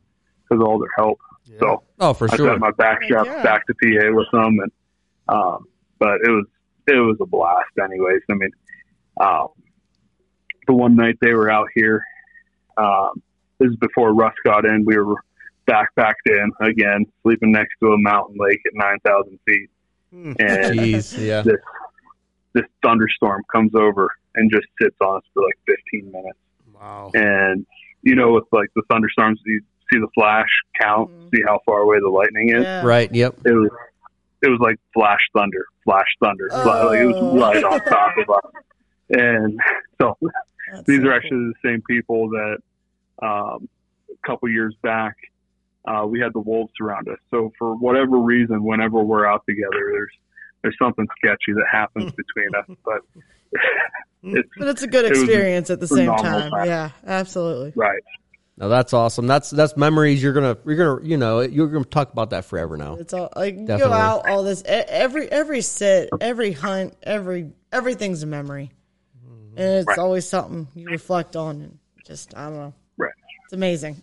Speaker 4: because all their help.
Speaker 2: Yeah.
Speaker 4: So
Speaker 1: Oh, for
Speaker 4: I
Speaker 1: sure.
Speaker 4: sent my backstrap
Speaker 3: Yeah.
Speaker 4: back to PA with them, and um, but it was it was a blast. Anyways, I mean, um, the one night they were out here, um, this is before Russ got in. We were backpacked in again, sleeping next to a mountain lake at nine thousand feet,
Speaker 2: Hmm.
Speaker 1: <laughs>
Speaker 4: and
Speaker 1: Jeez. Yeah.
Speaker 4: this this thunderstorm comes over and just sits on us for like fifteen minutes
Speaker 2: Wow.
Speaker 4: and you know with like the thunderstorms you see the flash count
Speaker 3: Mhm.
Speaker 4: see how far away the lightning is
Speaker 3: Yeah.
Speaker 1: Right. Yep.
Speaker 4: it was it was like flash thunder flash thunder Fla- like it
Speaker 3: Oh.
Speaker 4: was right on top of us and so
Speaker 3: That's
Speaker 4: these
Speaker 3: so
Speaker 4: are
Speaker 3: cool.
Speaker 4: actually the same people that um, a couple years back uh, we had the wolves around us so for whatever reason whenever we're out together there's there's something sketchy that happens between us but it's
Speaker 3: But it's a good
Speaker 4: it was
Speaker 3: experience at the same
Speaker 4: phenomenal
Speaker 3: time.
Speaker 4: time.
Speaker 3: Yeah, absolutely.
Speaker 4: right
Speaker 1: Now that's awesome. That's that's memories. You're gonna you're gonna you know you're gonna talk about that forever now.
Speaker 3: It's all like you go
Speaker 1: Definitely.
Speaker 3: out all this e- every every sit, every hunt, every everything's a memory, and it's
Speaker 4: Mm-hmm. Right.
Speaker 3: always something you reflect on and just I don't know.
Speaker 4: right
Speaker 3: It's amazing.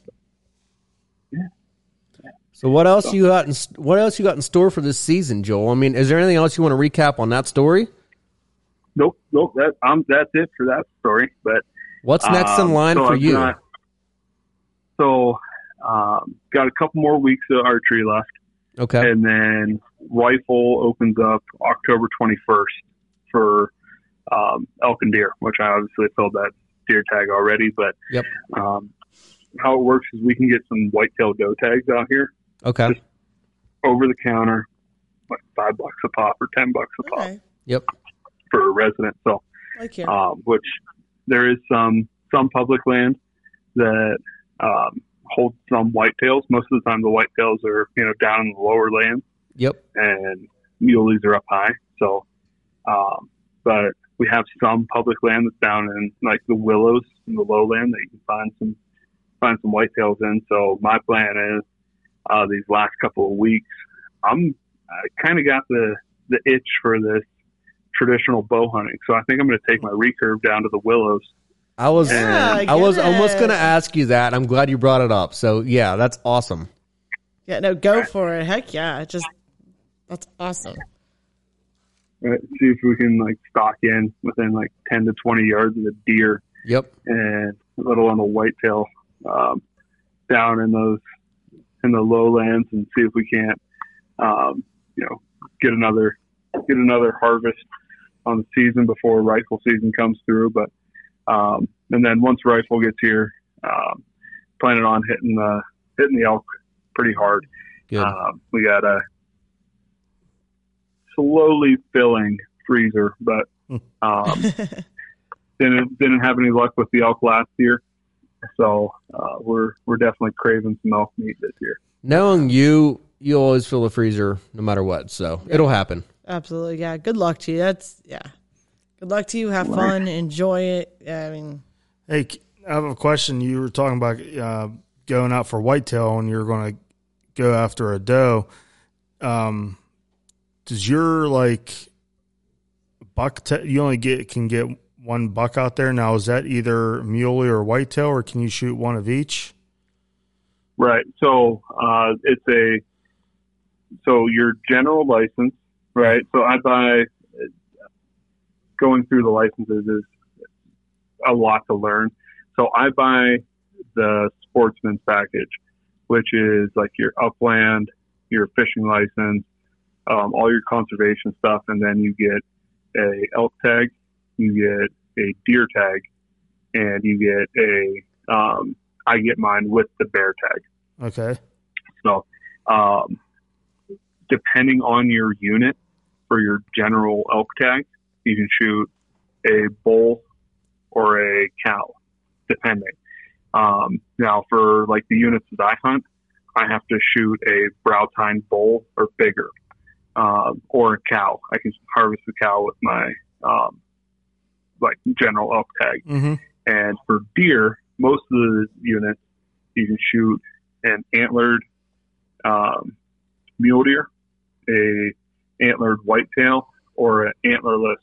Speaker 1: So what else you got? In, what else you got in store for this season, Joel? I mean, is there anything else you want to recap on that story?
Speaker 4: Nope, nope. That I'm. That's it for that story. But
Speaker 1: What's next
Speaker 4: um,
Speaker 1: in line
Speaker 4: so
Speaker 1: for
Speaker 4: I've
Speaker 1: you?
Speaker 4: got- so, um, got a couple more weeks of archery left,
Speaker 1: okay.
Speaker 4: and then rifle opens up October 21st for um, elk and deer, which I obviously filled that deer tag already. But
Speaker 1: Yep.
Speaker 4: um, how it works is we can get some whitetail doe tags out here
Speaker 1: Okay.
Speaker 4: over the counter, like five bucks a pop or ten bucks a pop
Speaker 3: Okay,
Speaker 1: Yep.
Speaker 4: for a resident. So
Speaker 3: like here.
Speaker 4: um, which there is some some public land that um, holds some whitetails. Most of the time, the whitetails are you know down in the lower land,
Speaker 1: Yep.
Speaker 4: and muleys are up high. So, um, but we have some public land that's down in like the willows in the lowland that you can find some find some whitetails in. So my plan is uh, these last couple of weeks, I'm I kind of got the the itch for this traditional bow hunting. So I think I'm going to take my recurve down to the willows.
Speaker 1: I was
Speaker 3: Yeah,
Speaker 1: I was
Speaker 3: get
Speaker 1: almost
Speaker 3: it.
Speaker 1: gonna ask you that. I'm glad you brought it up. So yeah, that's awesome.
Speaker 3: Yeah, no, go for it. Heck yeah, it just that's awesome.
Speaker 4: Right? uh, See if we can like stock in within like 10 to 20 yards of the deer
Speaker 1: Yep.
Speaker 4: and let alone a whitetail um, down in those in the lowlands and see if we can't um, you know get another get another harvest on the season before rifle season comes through but um, and then once rifle gets here um, planning on hitting the hitting the elk pretty hard
Speaker 1: Good.
Speaker 3: Uh,
Speaker 4: um, we got a slowly filling freezer, but um, didn't didn't have any luck with the elk last year, so uh, we're we're definitely craving some elk meat this year.
Speaker 1: Knowing you, you always fill the freezer no matter what. So it'll happen.
Speaker 3: Absolutely, yeah. Good luck to you. That's yeah. Good luck to you. Have fun. Enjoy it. Yeah, I mean,
Speaker 2: Hey, I have a question. You were talking about uh, going out for whitetail and you're going to go after a doe, um, does your like buck? Te- you only get can get one buck out there now. Is that either muley or whitetail, or can you shoot one of each?
Speaker 4: Right. So uh, it's a so your general license, right? So I buy going through the licenses is a lot to learn. So I buy the sportsman's package, which is like your upland, your fishing license, um, all your conservation stuff, and then you get a elk tag, you get a deer tag, and you get a um, I get mine with the bear tag.
Speaker 2: Okay.
Speaker 4: So, um, depending on your unit for your general elk tag, you can shoot a bull or a cow, depending. Um, now, for like the units that I hunt, I have to shoot a brow tine bull or bigger, um, or a cow. I can harvest a cow with my um, like general elk tag.
Speaker 2: Mm-hmm.
Speaker 4: And for deer, most of the units you can shoot an antlered um, mule deer, a antlered whitetail, or an antlerless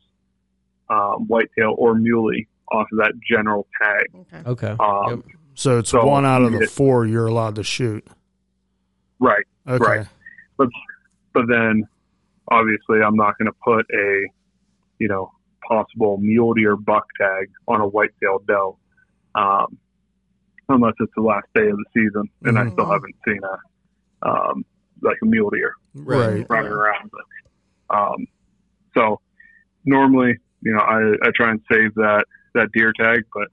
Speaker 4: um, whitetail or muley off of that general tag.
Speaker 3: Okay.
Speaker 1: Okay.
Speaker 4: Um,
Speaker 2: So it's
Speaker 4: So
Speaker 2: one out of
Speaker 4: you
Speaker 2: the
Speaker 4: get-
Speaker 2: four you're allowed to shoot.
Speaker 4: Right,
Speaker 2: Okay.
Speaker 4: Right. but then obviously I'm not going to put a you know possible mule deer buck tag on a whitetail doe. Um, Unless it's the last day of the season, and I
Speaker 1: Mm-hmm.
Speaker 4: still
Speaker 3: Mhm.
Speaker 4: haven't seen a um, like a mule deer.
Speaker 1: Right.
Speaker 4: running around. But, um, so normally, you know, I, I try and save that, that deer tag, but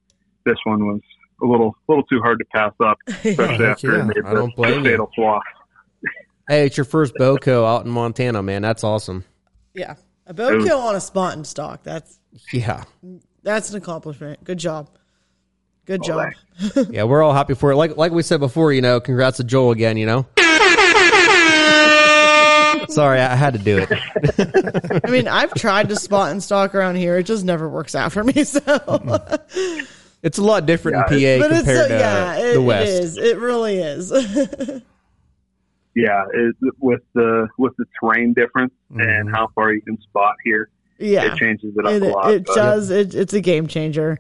Speaker 4: this one was a little, little too hard to pass
Speaker 1: <laughs>
Speaker 4: up, especially
Speaker 2: heck
Speaker 4: after
Speaker 2: yeah.
Speaker 4: it made
Speaker 1: I don't
Speaker 4: the,
Speaker 1: blame
Speaker 4: the
Speaker 1: you.
Speaker 4: fatal flaw.
Speaker 1: Hey, it's your first Boco out in Montana, man. That's awesome.
Speaker 3: <laughs> yeah. A bow
Speaker 4: Ooh.
Speaker 3: kill on a spot and stock. That's
Speaker 1: Yeah.
Speaker 3: that's an accomplishment. Good job. Good job.
Speaker 1: Yeah, we're all happy for it. Like like we said before, you know, congrats to Joel again, you
Speaker 3: <laughs>
Speaker 1: know. Sorry, I had to do it.
Speaker 3: I mean, I've tried to spot and stock around here. It just never works out for me. <laughs> So, but
Speaker 1: It's a lot different in PA
Speaker 3: it's
Speaker 1: compared
Speaker 3: so,
Speaker 1: to
Speaker 3: yeah, it,
Speaker 1: the
Speaker 3: it
Speaker 1: West.
Speaker 3: is. It really is. <laughs>
Speaker 4: Yeah. It, with the, with the terrain difference and how far you can spot here,
Speaker 3: yeah,
Speaker 4: it changes it up
Speaker 3: it,
Speaker 4: a lot.
Speaker 3: it
Speaker 4: but-
Speaker 3: does. It, it's a game changer.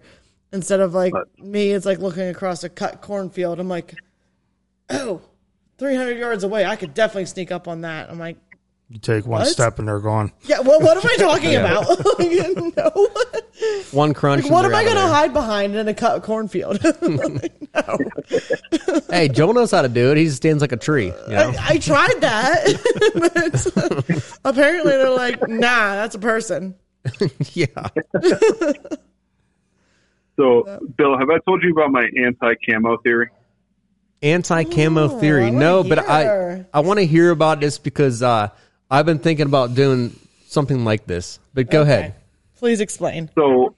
Speaker 3: Instead of like
Speaker 4: But-
Speaker 3: me, it's like looking across a cut cornfield. I'm like, oh, 300 yards away. I could definitely sneak up on that. I'm like,
Speaker 2: You take one
Speaker 3: What?
Speaker 2: step and they're gone.
Speaker 3: yeah. Well, what am I
Speaker 1: <laughs>
Speaker 3: talking about? <laughs> no.
Speaker 1: One crunch. and
Speaker 3: What am
Speaker 1: they're
Speaker 3: I
Speaker 1: out
Speaker 3: going to
Speaker 1: of
Speaker 3: hide behind in a cut cornfield? <laughs>
Speaker 1: there. Hey, Joel knows how to do it. He just stands like a tree. You
Speaker 3: <laughs>
Speaker 1: know? <laughs>
Speaker 3: I, I tried that. <laughs> But apparently, they're like, nah, that's a person.
Speaker 1: yeah.
Speaker 4: So Bill, have I told you about my anti camo theory?
Speaker 1: anti camo
Speaker 3: Ooh, I
Speaker 1: theory.
Speaker 3: wanna
Speaker 1: No, but I
Speaker 3: hear.
Speaker 1: I want to hear about this because uh, I've been thinking about doing something like this. But go ahead.
Speaker 3: Please explain.
Speaker 4: So,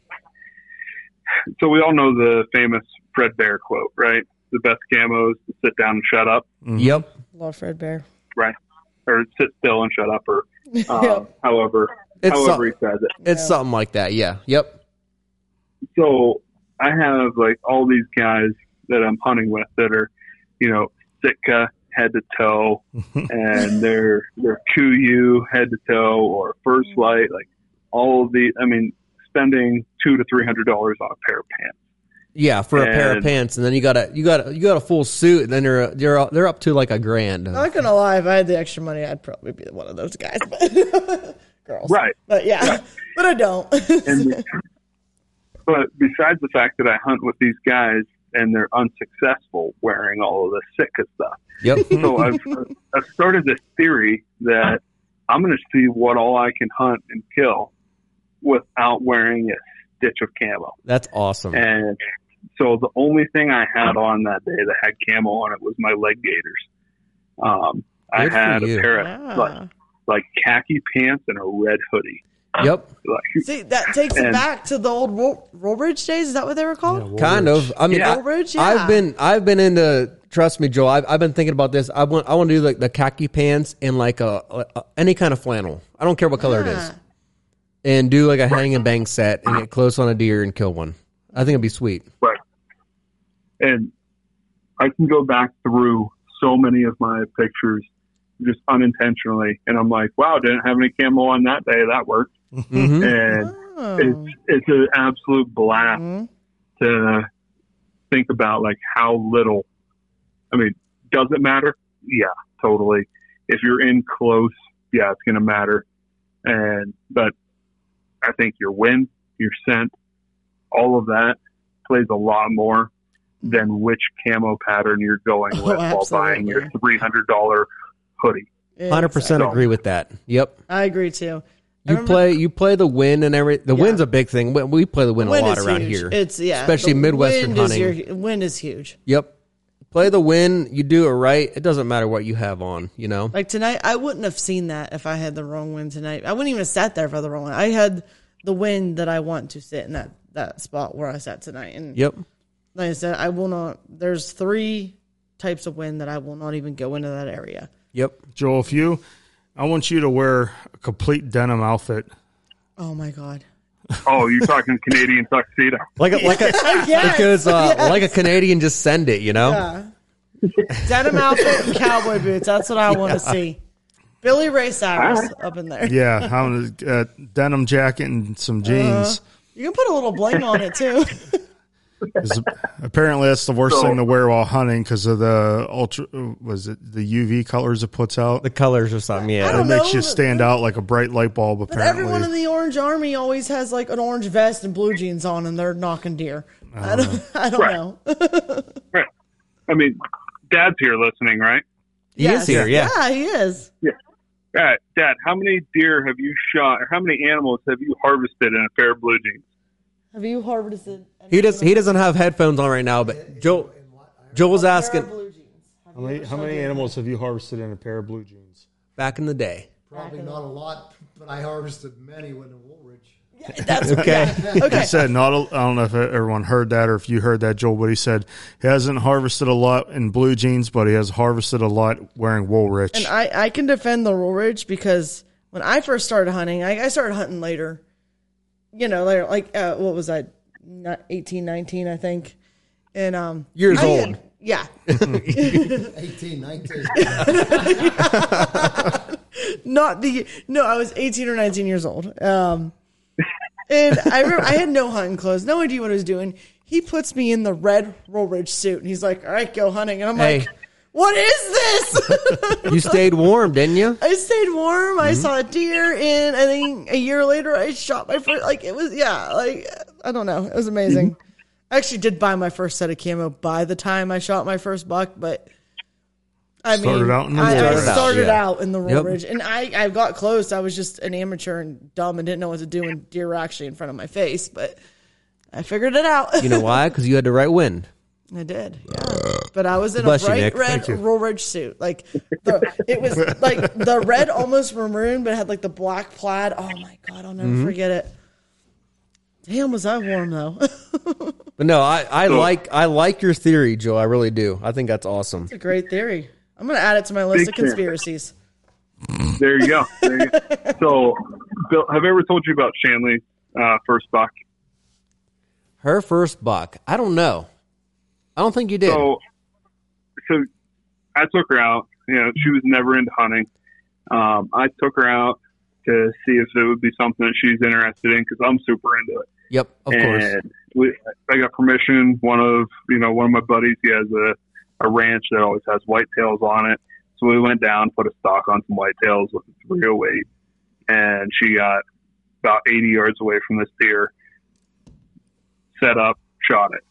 Speaker 4: so we all know the famous Fred Bear quote, right? The best camos to sit down and shut up.
Speaker 1: Yep.
Speaker 3: Love Fred Bear.
Speaker 4: right? Or sit still and shut up, or um,
Speaker 3: Yeah.
Speaker 4: however,
Speaker 1: It's
Speaker 4: however he
Speaker 1: so-
Speaker 4: says it.
Speaker 1: It's something like that. Yeah. Yep.
Speaker 4: So I have like all these guys that I'm hunting with that are, you know, Sitka head to toe, and they're they're Kuyu head to toe or First Light, like all of the. I mean, spending two to three hundred dollars on a pair of pants.
Speaker 1: Yeah, for a pair of
Speaker 4: And-
Speaker 1: pants, and then you got a you got a, you got a full suit, and then you're you're they're up to like a grand.
Speaker 3: I'm not going to lie. If I had the extra money, I'd probably be one of those guys. But <laughs> girls.
Speaker 4: Right.
Speaker 3: But yeah, <laughs> but I don't.
Speaker 4: And, but besides the fact that I hunt with these guys and they're unsuccessful wearing all of the Sitka stuff.
Speaker 1: Yep.
Speaker 4: so I've, I've started this theory that I'm going to see what all I can hunt and kill without wearing a stitch of camo.
Speaker 1: That's awesome.
Speaker 4: <laughs> And so the only thing I had on that day that had camo on it was my leg gaiters. Um, I
Speaker 1: Good for
Speaker 4: had
Speaker 1: you.
Speaker 4: a pair of like,
Speaker 3: Ah.
Speaker 4: like khaki pants and a red hoodie.
Speaker 1: Yep.
Speaker 3: <laughs>
Speaker 4: Like,
Speaker 3: See, that takes it
Speaker 4: And-
Speaker 3: back to the old Roll, Rollbridge days. Is that what they were called?
Speaker 1: Kind of. I mean,
Speaker 4: Yeah.
Speaker 1: I,
Speaker 3: Rollbridge, yeah.
Speaker 1: I've been I've been into. Trust me, Joel. I've, I've been thinking about this. I want I want to do like the khaki pants and like a, a any kind of flannel. I don't care what color it
Speaker 3: Uh-huh.
Speaker 1: is. and do like a hang and bang set and get close on a deer and kill one. I think it'd be sweet.
Speaker 4: but, and I can go back through so many of my pictures just unintentionally, and I'm like, wow, didn't have any camo on that day. That worked,
Speaker 1: Mhm.
Speaker 4: and
Speaker 3: Oh.
Speaker 4: it's it's an absolute blast
Speaker 3: Mhm.
Speaker 4: to think about like how little. I mean, does it matter? Yeah, totally. If you're in close, yeah, it's going to matter. And but I think your wind, your scent, all of that plays a lot more than which camo pattern you're going
Speaker 3: Mm. Oh,
Speaker 4: with while buying your
Speaker 3: absolutely.
Speaker 4: three hundred dollar hoodie.
Speaker 1: Hundred percent agree with that. Yep.
Speaker 3: I agree too. I
Speaker 1: You
Speaker 3: remember-
Speaker 1: play you play the wind and every the
Speaker 3: Yeah.
Speaker 1: wind's a big thing. We, we play the wind,
Speaker 3: Wind
Speaker 1: a lot
Speaker 3: is
Speaker 1: around
Speaker 3: huge.
Speaker 1: here.
Speaker 3: It's yeah,
Speaker 1: especially
Speaker 3: the
Speaker 1: Midwestern
Speaker 3: wind is
Speaker 1: hunting.
Speaker 3: your- wind is huge.
Speaker 1: Yep. Play the wind. You do it right. It doesn't matter what you have on. You know.
Speaker 3: Like tonight, I wouldn't have seen that if I had the wrong wind tonight. I wouldn't even have sat there for the wrong one. I had the wind that I want to sit in that that spot where I sat tonight, and
Speaker 1: Yep.
Speaker 3: like I said, I will not. There's three types of wind that I will not even go into that area.
Speaker 1: Yep.
Speaker 2: <laughs> Joel, if you, I want you to wear a complete denim outfit.
Speaker 3: Oh my god!
Speaker 4: Oh, you're talking <laughs> Canadian tuxedo.
Speaker 1: Like a,
Speaker 3: <laughs>
Speaker 1: like a
Speaker 3: Yes,
Speaker 1: it goes uh, like a Canadian. Just send it. You know.
Speaker 3: denim outfit, and cowboy boots. That's what I want to see. Billy Ray Cyrus up in there.
Speaker 2: Yeah, how uh, denim jacket and some
Speaker 3: Uh-huh.
Speaker 2: jeans.
Speaker 3: You can put a little bling on it too.
Speaker 2: 'Cause apparently, that's the worst thing to wear while hunting because of the ultra. Was it the UV colors it puts out?
Speaker 1: The colors or something.
Speaker 3: I
Speaker 1: Yeah.
Speaker 3: don't
Speaker 2: It makes
Speaker 3: know,
Speaker 2: you
Speaker 3: but-
Speaker 2: stand out like a bright light bulb.
Speaker 3: But everyone in
Speaker 2: Apparently,
Speaker 3: the Orange Army always has like an orange vest and blue jeans on, and they're knocking deer. I don't, I don't
Speaker 4: Right.
Speaker 3: know.
Speaker 4: Right. I mean, Dad's here listening, right?
Speaker 1: He is here. Yeah.
Speaker 3: he is.
Speaker 4: All right, Dad, how many deer have you shot, or how many animals have you harvested in a pair of blue jeans?
Speaker 3: Have you harvested?
Speaker 1: He does. He doesn't have headphones on right now. But Joel. Joel was asking
Speaker 3: blue jeans. Have
Speaker 2: how many, how many animals have you harvested in a pair of blue jeans?
Speaker 1: back in the
Speaker 3: <laughs>
Speaker 1: day.
Speaker 5: Probably not a lot, but I harvested many when in Woolridge.
Speaker 1: Okay.
Speaker 2: He said, "Not." A, I don't know if everyone heard that or if you heard that, Joel. But he said he hasn't harvested a lot in blue jeans, but he has harvested a lot wearing Woolrich.
Speaker 3: And I, I can defend the Roll Ridge because when I first started hunting, I, I started hunting later. You know, later, like uh, what was I, not 18, 19, I think, and um,
Speaker 1: Years
Speaker 3: I had-
Speaker 1: old.
Speaker 3: yeah,
Speaker 5: 18, 19.
Speaker 3: not the no i was 18 or 19 years old um and i remember i had no hunting clothes no idea what i was doing he puts me in the red roll ridge suit and he's like all right go hunting and
Speaker 1: <laughs>
Speaker 3: i'm
Speaker 1: Hey.
Speaker 3: like what is this <laughs>
Speaker 1: you stayed warm, didn't you?
Speaker 3: i stayed warm i saw a deer and i think a year later i shot my first like it was yeah like i don't know it was amazing i actually did buy my first set of camo by the time i shot my first buck but I
Speaker 2: Started
Speaker 3: mean,
Speaker 2: out in the
Speaker 3: I, I
Speaker 1: Roll Ridge.
Speaker 3: started
Speaker 1: Yeah.
Speaker 3: out in the Roll
Speaker 1: Yep.
Speaker 3: Ridge, and I, I got close. I was just an amateur and dumb and didn't know what to do, and deer were actually in front of my face, but I figured it out.
Speaker 1: You know why? Because you had the right wind.
Speaker 3: I did, yeah. But I was in
Speaker 1: Uh, Bless
Speaker 3: a
Speaker 1: you,
Speaker 3: bright
Speaker 1: Nick.
Speaker 3: red Roll Ridge suit, like the, it was like the red almost maroon, but it had like the black plaid. Oh my god, I'll never
Speaker 1: Mm-hmm.
Speaker 3: forget it. Damn, was I warm though? <laughs>
Speaker 1: But no, I, I like I like your theory, Joe. I really do. I think that's awesome.
Speaker 3: It's a great theory. I'm gonna add it to my list of
Speaker 4: Big fan.
Speaker 3: conspiracies.
Speaker 4: There you go. There you go. So, Bill, have I ever told you about Shanley's uh, first buck?
Speaker 1: Her first buck. I don't know. I don't think you did.
Speaker 4: So, so I took her out. You know, she was never into hunting. Um, I took her out to see if it would be something that she's interested in because I'm super into it.
Speaker 1: yep, of course.
Speaker 4: and we, I got permission. One of you know one of my buddies, he has a, a ranch that always has whitetails on it. So we went down, put a stock on some whitetails with a 308, and she got about 80 yards away from this deer. Set up, shot it.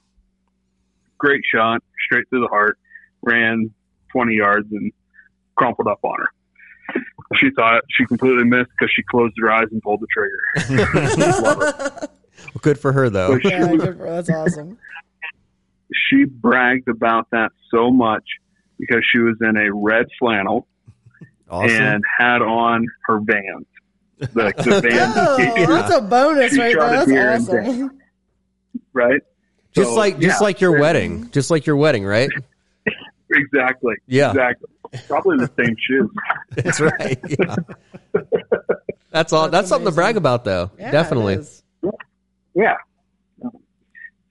Speaker 4: Great shot, straight through the heart. Ran 20 yards and crumpled up on her. She thought she completely missed because she closed her eyes and pulled the trigger. <laughs>
Speaker 1: Good for her though.
Speaker 4: But she
Speaker 3: Yeah, good for- that's <laughs> awesome.
Speaker 4: she bragged about that so much because she was in a red flannel
Speaker 1: Awesome.
Speaker 4: and had on her Vans.
Speaker 1: <laughs>
Speaker 4: Like the Vans,
Speaker 3: Oh, that's a bonus
Speaker 4: She
Speaker 3: right
Speaker 4: shot a
Speaker 3: there.
Speaker 4: deer
Speaker 3: That's
Speaker 4: and
Speaker 3: awesome.
Speaker 4: right?
Speaker 1: just
Speaker 4: So,
Speaker 1: like just
Speaker 4: yeah,
Speaker 1: like your wedding. Just like your wedding, right?
Speaker 4: Exactly.
Speaker 1: Yeah.
Speaker 4: Exactly. Probably the same shoes.
Speaker 1: <laughs> That's right. Yeah. <laughs> That's all that's, something to
Speaker 3: amazing.
Speaker 1: brag about though.
Speaker 3: <laughs> Yeah, it
Speaker 1: Definitely.
Speaker 3: is.
Speaker 4: Yeah.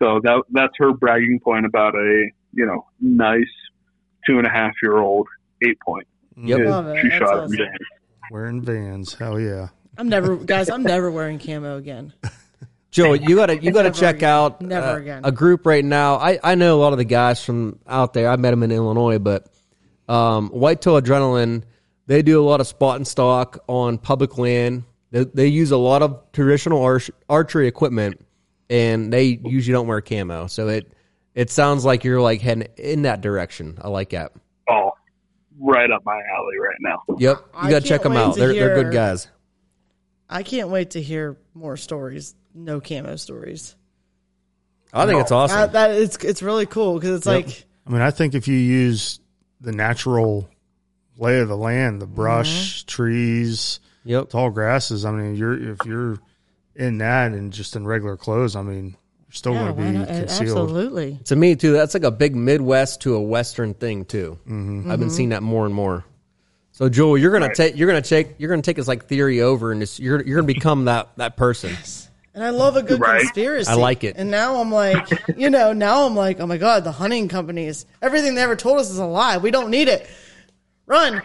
Speaker 4: So that that's her bragging point about a you know, nice two and a half year old eight point.
Speaker 1: Yep.
Speaker 4: And
Speaker 3: Love it.
Speaker 4: She
Speaker 3: That's
Speaker 4: shot
Speaker 3: awesome.
Speaker 4: it. man.
Speaker 2: Wearing Vans. Hell yeah.
Speaker 3: I'm never, guys. I'm never wearing camo again.
Speaker 1: Joe, you gotta you gotta check
Speaker 3: again.
Speaker 1: out
Speaker 3: Never
Speaker 1: uh,
Speaker 3: again.
Speaker 1: a group right now. I, I know a lot of the guys from out there. I met them in Illinois, but um, Whitetail Adrenaline they do a lot of spot and stock on public land. They, they use a lot of traditional arch, archery equipment, and they usually don't wear camo. So it it sounds like you're like heading in that direction. I like that.
Speaker 4: Oh, right up my alley right now.
Speaker 1: Yep, you
Speaker 3: I
Speaker 1: gotta check them
Speaker 3: can't wait
Speaker 1: out.
Speaker 3: to
Speaker 1: They're they're
Speaker 3: hear-
Speaker 1: good guys.
Speaker 3: I can't wait to hear more stories. No camo stories.
Speaker 1: I think it's awesome.
Speaker 3: That, that it's it's really cool because it's like
Speaker 2: I mean, I think if you use the natural lay of the land, the
Speaker 3: Mm-hmm.
Speaker 2: brush, trees,
Speaker 1: yep.
Speaker 2: tall grasses, I mean, you're if you're in that and just in regular clothes, I mean, you're still
Speaker 3: yeah, why
Speaker 2: going to
Speaker 3: not?
Speaker 2: be concealed.
Speaker 3: absolutely.
Speaker 1: To me too, that's like a big Midwest to a Western thing too. I've been seeing that more and more. Mm-hmm. So Joel, you're gonna take you're gonna take you're gonna take us like theory over, and just, you're you're gonna become that that person.
Speaker 3: And I love a good
Speaker 4: Right.
Speaker 3: conspiracy.
Speaker 1: I like it.
Speaker 3: And now I'm like, <laughs> you know, now I'm like, oh my god, the hunting companies, everything they ever told us is a lie. We don't need it. Run.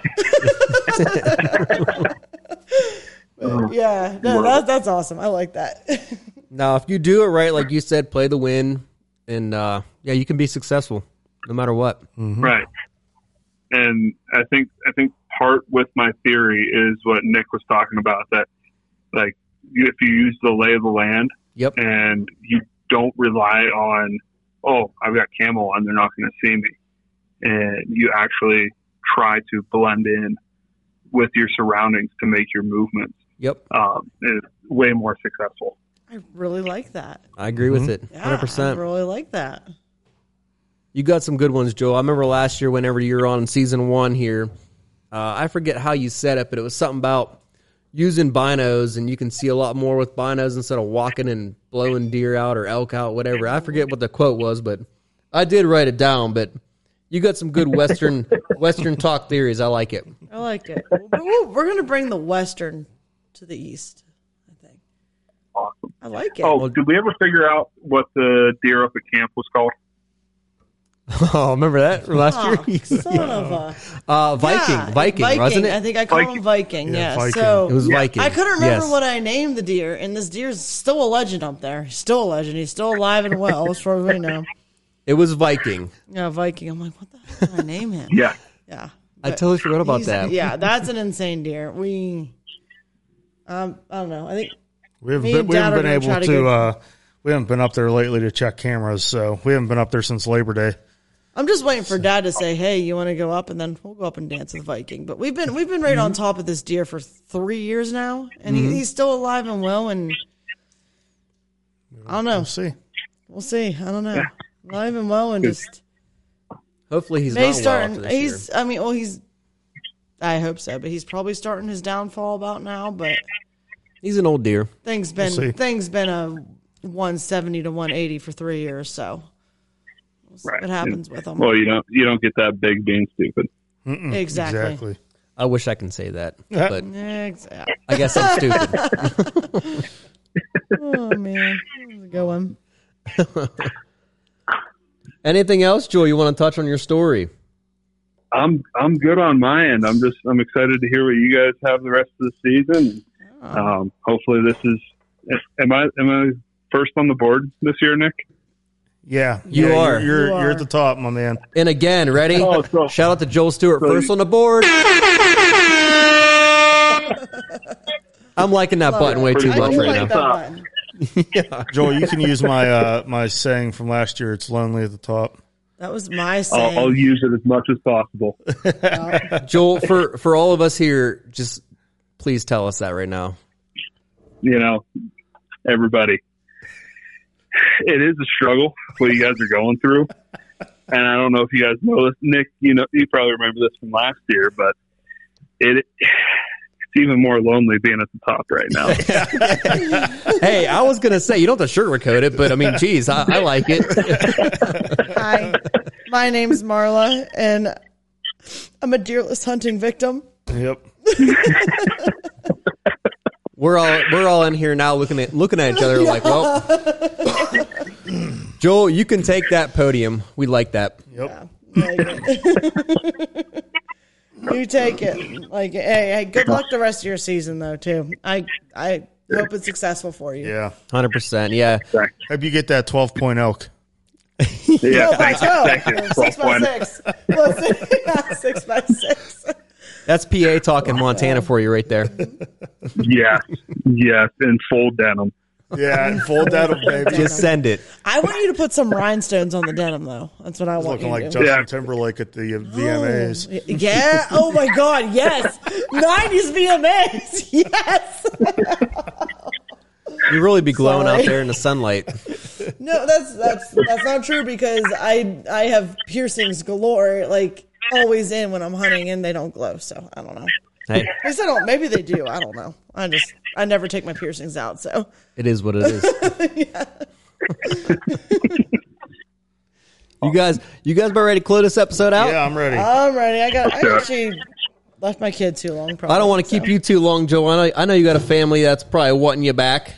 Speaker 3: <laughs>
Speaker 4: Oh.
Speaker 3: But, yeah, no, that's that's awesome. I like that.
Speaker 1: Now, if you do it right, like you said, play the win, and uh, yeah, you can be successful no matter what.
Speaker 4: Right. And I think I think part with my theory is what Nick was talking about that like you, if you use the lay of the land
Speaker 1: Yep.
Speaker 4: and you don't rely on oh I've got camel and they're not going to see me and you actually try to blend in with your surroundings to make your movements
Speaker 1: Yep.
Speaker 4: um, is way more successful.
Speaker 3: I really like that.
Speaker 1: I agree with it.
Speaker 3: Yeah,
Speaker 1: Hundred
Speaker 3: I
Speaker 1: percent.
Speaker 3: really like that.
Speaker 1: You got some good ones, Joel. I remember last year, whenever you were on season one here, uh, I forget how you said it, but it was something about using binos, and you can see a lot more with binos instead of walking and blowing deer out or elk out, whatever. I forget what the quote was, but I did write it down. But you got some good <laughs> Western Western talk theories. I like it.
Speaker 3: I like <laughs> it. We're, we're going to bring the Western to the East, I think.
Speaker 4: Awesome.
Speaker 3: I like it.
Speaker 4: Oh, did we ever figure out what the deer up at camp was called?
Speaker 1: <laughs> Oh, remember that from last <laughs>
Speaker 3: Ah,
Speaker 1: year?
Speaker 3: son of a
Speaker 1: Uh, Viking,
Speaker 3: Yeah,
Speaker 1: Viking, wasn't
Speaker 3: I
Speaker 1: it?
Speaker 3: think I called
Speaker 4: Viking.
Speaker 3: him Viking.
Speaker 2: Yeah,
Speaker 3: Yeah,
Speaker 2: Viking.
Speaker 3: so
Speaker 1: It was Viking.
Speaker 3: I couldn't remember
Speaker 1: Yes.
Speaker 3: what I named the deer, and this deer's still a legend up there. He's still a legend. He's still alive and well, as far as we know.
Speaker 1: It was Viking.
Speaker 3: Yeah, Viking. I'm like, what the hell did I name him?
Speaker 4: Yeah.
Speaker 3: Yeah.
Speaker 1: I totally forgot about
Speaker 3: He's-
Speaker 1: that.
Speaker 3: Yeah, that's an insane deer. We, um, I don't know. I think
Speaker 2: We haven't
Speaker 3: Me
Speaker 2: been,
Speaker 3: and
Speaker 2: we
Speaker 3: Dad
Speaker 2: haven't
Speaker 3: are
Speaker 2: been
Speaker 3: gonna try
Speaker 2: able
Speaker 3: to
Speaker 2: to.
Speaker 3: go-
Speaker 2: uh, we haven't been up there lately to check cameras, so we haven't been up there since Labor Day.
Speaker 3: I'm just waiting for Dad to say, "Hey, you want to go up?" And then we'll go up and dance with Viking. But we've been we've been right on
Speaker 1: Mm-hmm.
Speaker 3: top of this deer for three years now, and he, he's still alive and well. And I don't know.
Speaker 2: We'll see.
Speaker 3: We'll see. I don't know. Alive and well, and just
Speaker 1: Hopefully he's
Speaker 3: May
Speaker 1: not well
Speaker 3: starting.
Speaker 1: after this year.
Speaker 3: he's. I mean, well, he's. I hope so, but he's probably starting his downfall about now. But
Speaker 1: He's an old deer.
Speaker 3: things been
Speaker 2: see.
Speaker 3: things been a 170 to 180 for three years, so we'll see
Speaker 4: Right.
Speaker 3: what happens with him.
Speaker 4: Well, you don't you don't get that big being stupid.
Speaker 3: exactly.
Speaker 2: Exactly.
Speaker 1: I wish I can say <laughs> that, but
Speaker 3: Exactly.
Speaker 1: I guess I'm
Speaker 3: <laughs>
Speaker 1: stupid.
Speaker 3: Oh man, that was a good one.
Speaker 1: Anything else, Joel? You want to touch on your story?
Speaker 4: I'm I'm good on my end. I'm just I'm excited to hear what you guys have the rest of the season. Um, hopefully, this is. Am I am I first on the board this year, Nick?
Speaker 2: Yeah,
Speaker 1: You
Speaker 2: yeah,
Speaker 1: are.
Speaker 2: You're, you're,
Speaker 3: You
Speaker 2: you're
Speaker 3: are.
Speaker 2: at the top, my man.
Speaker 1: And again, ready?
Speaker 4: Oh, so-
Speaker 1: Shout out to Joel Stewart,
Speaker 4: so
Speaker 1: first
Speaker 4: you-
Speaker 1: on the
Speaker 4: <laughs>
Speaker 1: board. I'm liking that button way too
Speaker 4: Pretty
Speaker 3: I
Speaker 1: much
Speaker 3: do
Speaker 1: right
Speaker 4: lovely.
Speaker 3: like that
Speaker 1: now.
Speaker 3: one.
Speaker 2: Joel, you can use my uh, my saying from last year. It's lonely at the top.
Speaker 3: That was my saying.
Speaker 4: I'll, I'll use it as much as possible.
Speaker 1: Joel, for for all of us here, just please tell us that right now.
Speaker 4: You know, everybody. It is a struggle what you guys are going through, and I don't know if you guys know this, Nick. You know, you probably remember this from last year, but it it's even more lonely being at the top right now.
Speaker 1: Hey, I was gonna say you don't have to sugarcoat it, but I mean, geez, I, I like it.
Speaker 3: Hi, my name's Marla, and I'm a deerless hunting victim.
Speaker 2: Yep.
Speaker 3: <laughs>
Speaker 1: We're all we're all in here now looking at looking at each other like, well, Joel, you can take that podium. We like that.
Speaker 2: Yep.
Speaker 3: Like it. <laughs> you take it. Like, hey, hey, good luck the rest of your season, though. Too. I, I hope it's successful for you.
Speaker 2: Yeah.
Speaker 1: Hundred percent. Yeah.
Speaker 2: Hope you get that 12 point elk.
Speaker 4: Yeah,
Speaker 3: Twelve by
Speaker 4: thank you,
Speaker 3: twelve.
Speaker 4: thank you.
Speaker 3: Oh, Six by
Speaker 4: Well,
Speaker 3: six. Well, six- <laughs> six by six.
Speaker 1: That's PA talking Montana for you right there.
Speaker 4: Yes, yes, and full denim.
Speaker 2: Yeah. And fold that up, baby.
Speaker 1: Just send it.
Speaker 3: I want you to put some rhinestones on the denim, though. That's what I want.
Speaker 2: Looking
Speaker 3: you
Speaker 2: like
Speaker 3: to do.
Speaker 2: Justin
Speaker 4: Yeah.
Speaker 2: Timberlake at the uh,
Speaker 3: Oh,
Speaker 2: VMAs.
Speaker 3: y- Yeah. Oh my God. Yes. <laughs> Nineties VMAs. Yes.
Speaker 1: You really be glowing
Speaker 3: Sorry.
Speaker 1: out there in the sunlight.
Speaker 3: No, that's that's that's not true because I I have piercings galore, like always in when I'm hunting, and they don't glow. So I don't know.
Speaker 1: Hey,
Speaker 3: At least I don't. Maybe they do. I don't know. I just I never take my piercings out. So
Speaker 1: it is what it is. you guys, you guys about ready to close this episode
Speaker 3: Oh.
Speaker 1: out?
Speaker 2: Yeah, I'm ready.
Speaker 3: I'm ready. I got. I actually left my kid too long. Probably,
Speaker 1: I don't want to
Speaker 3: so.
Speaker 1: keep you too long, Joel. I know, I know you got a family that's probably wanting you back.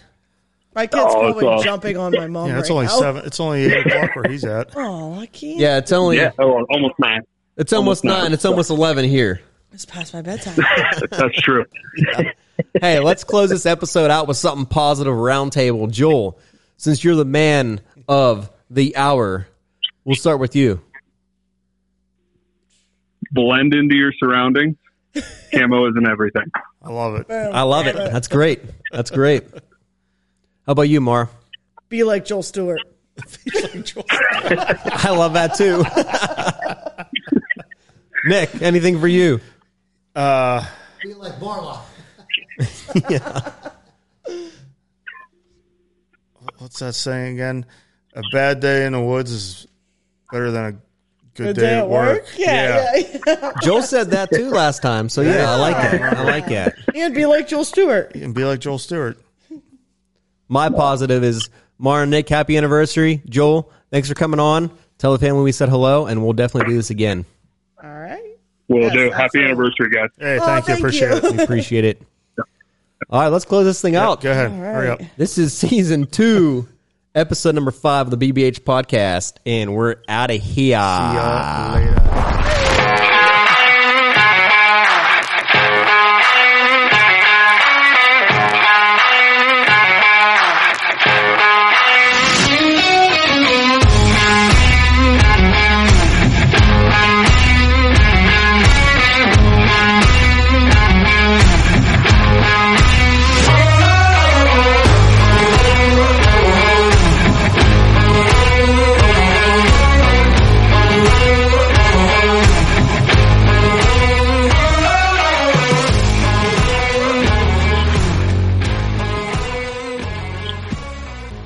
Speaker 3: My kid's
Speaker 4: Oh, it's
Speaker 3: probably
Speaker 4: all-
Speaker 3: jumping on my mom.
Speaker 2: yeah, it's
Speaker 3: right
Speaker 2: only
Speaker 3: now.
Speaker 2: seven. It's only eight o'clock where he's at.
Speaker 3: Oh, I can't.
Speaker 1: Yeah, it's only
Speaker 4: Yeah, oh, almost nine.
Speaker 1: it's almost,
Speaker 4: almost
Speaker 1: nine.
Speaker 4: nine.
Speaker 1: It's almost eleven here.
Speaker 3: It's past my bedtime. <laughs>
Speaker 4: That's true.
Speaker 1: hey, let's close this episode out with something positive roundtable. Joel, since you're the man of the hour, we'll start with you.
Speaker 4: Blend into your surroundings. Camo isn't everything.
Speaker 2: I love it.
Speaker 1: I love it. That's great. That's great. How about you, Mar?
Speaker 3: Be like Joel Stewart.
Speaker 1: I love that too. <laughs> Nick, anything for you?
Speaker 2: Uh,
Speaker 5: Be like Barlock.
Speaker 2: what's that saying again? A bad day in the woods is better than a good,
Speaker 3: Good day at work. Yeah, yeah. <laughs>
Speaker 1: Joel said that too last time, so yeah, I like it. I like that.
Speaker 3: and be like Joel Stewart.
Speaker 2: And be like Joel Stewart.
Speaker 1: My positive is Mar and Nick, happy anniversary. Joel, thanks for coming on. Tell the family we said hello, and we'll definitely do this again.
Speaker 3: All right.
Speaker 4: We'll
Speaker 3: Yes,
Speaker 4: do.
Speaker 3: absolutely.
Speaker 4: Happy anniversary, guys.
Speaker 2: Hey,
Speaker 3: Oh,
Speaker 2: thank you.
Speaker 3: thank
Speaker 2: Appreciate
Speaker 3: you.
Speaker 2: it.
Speaker 1: We appreciate it. All right, let's close this thing out.
Speaker 2: Go ahead.
Speaker 3: All
Speaker 2: Hurry up.
Speaker 3: right.
Speaker 1: This is season two, episode number five of the BBH podcast, and we're out of here.
Speaker 3: Ah.
Speaker 2: Yeah, later.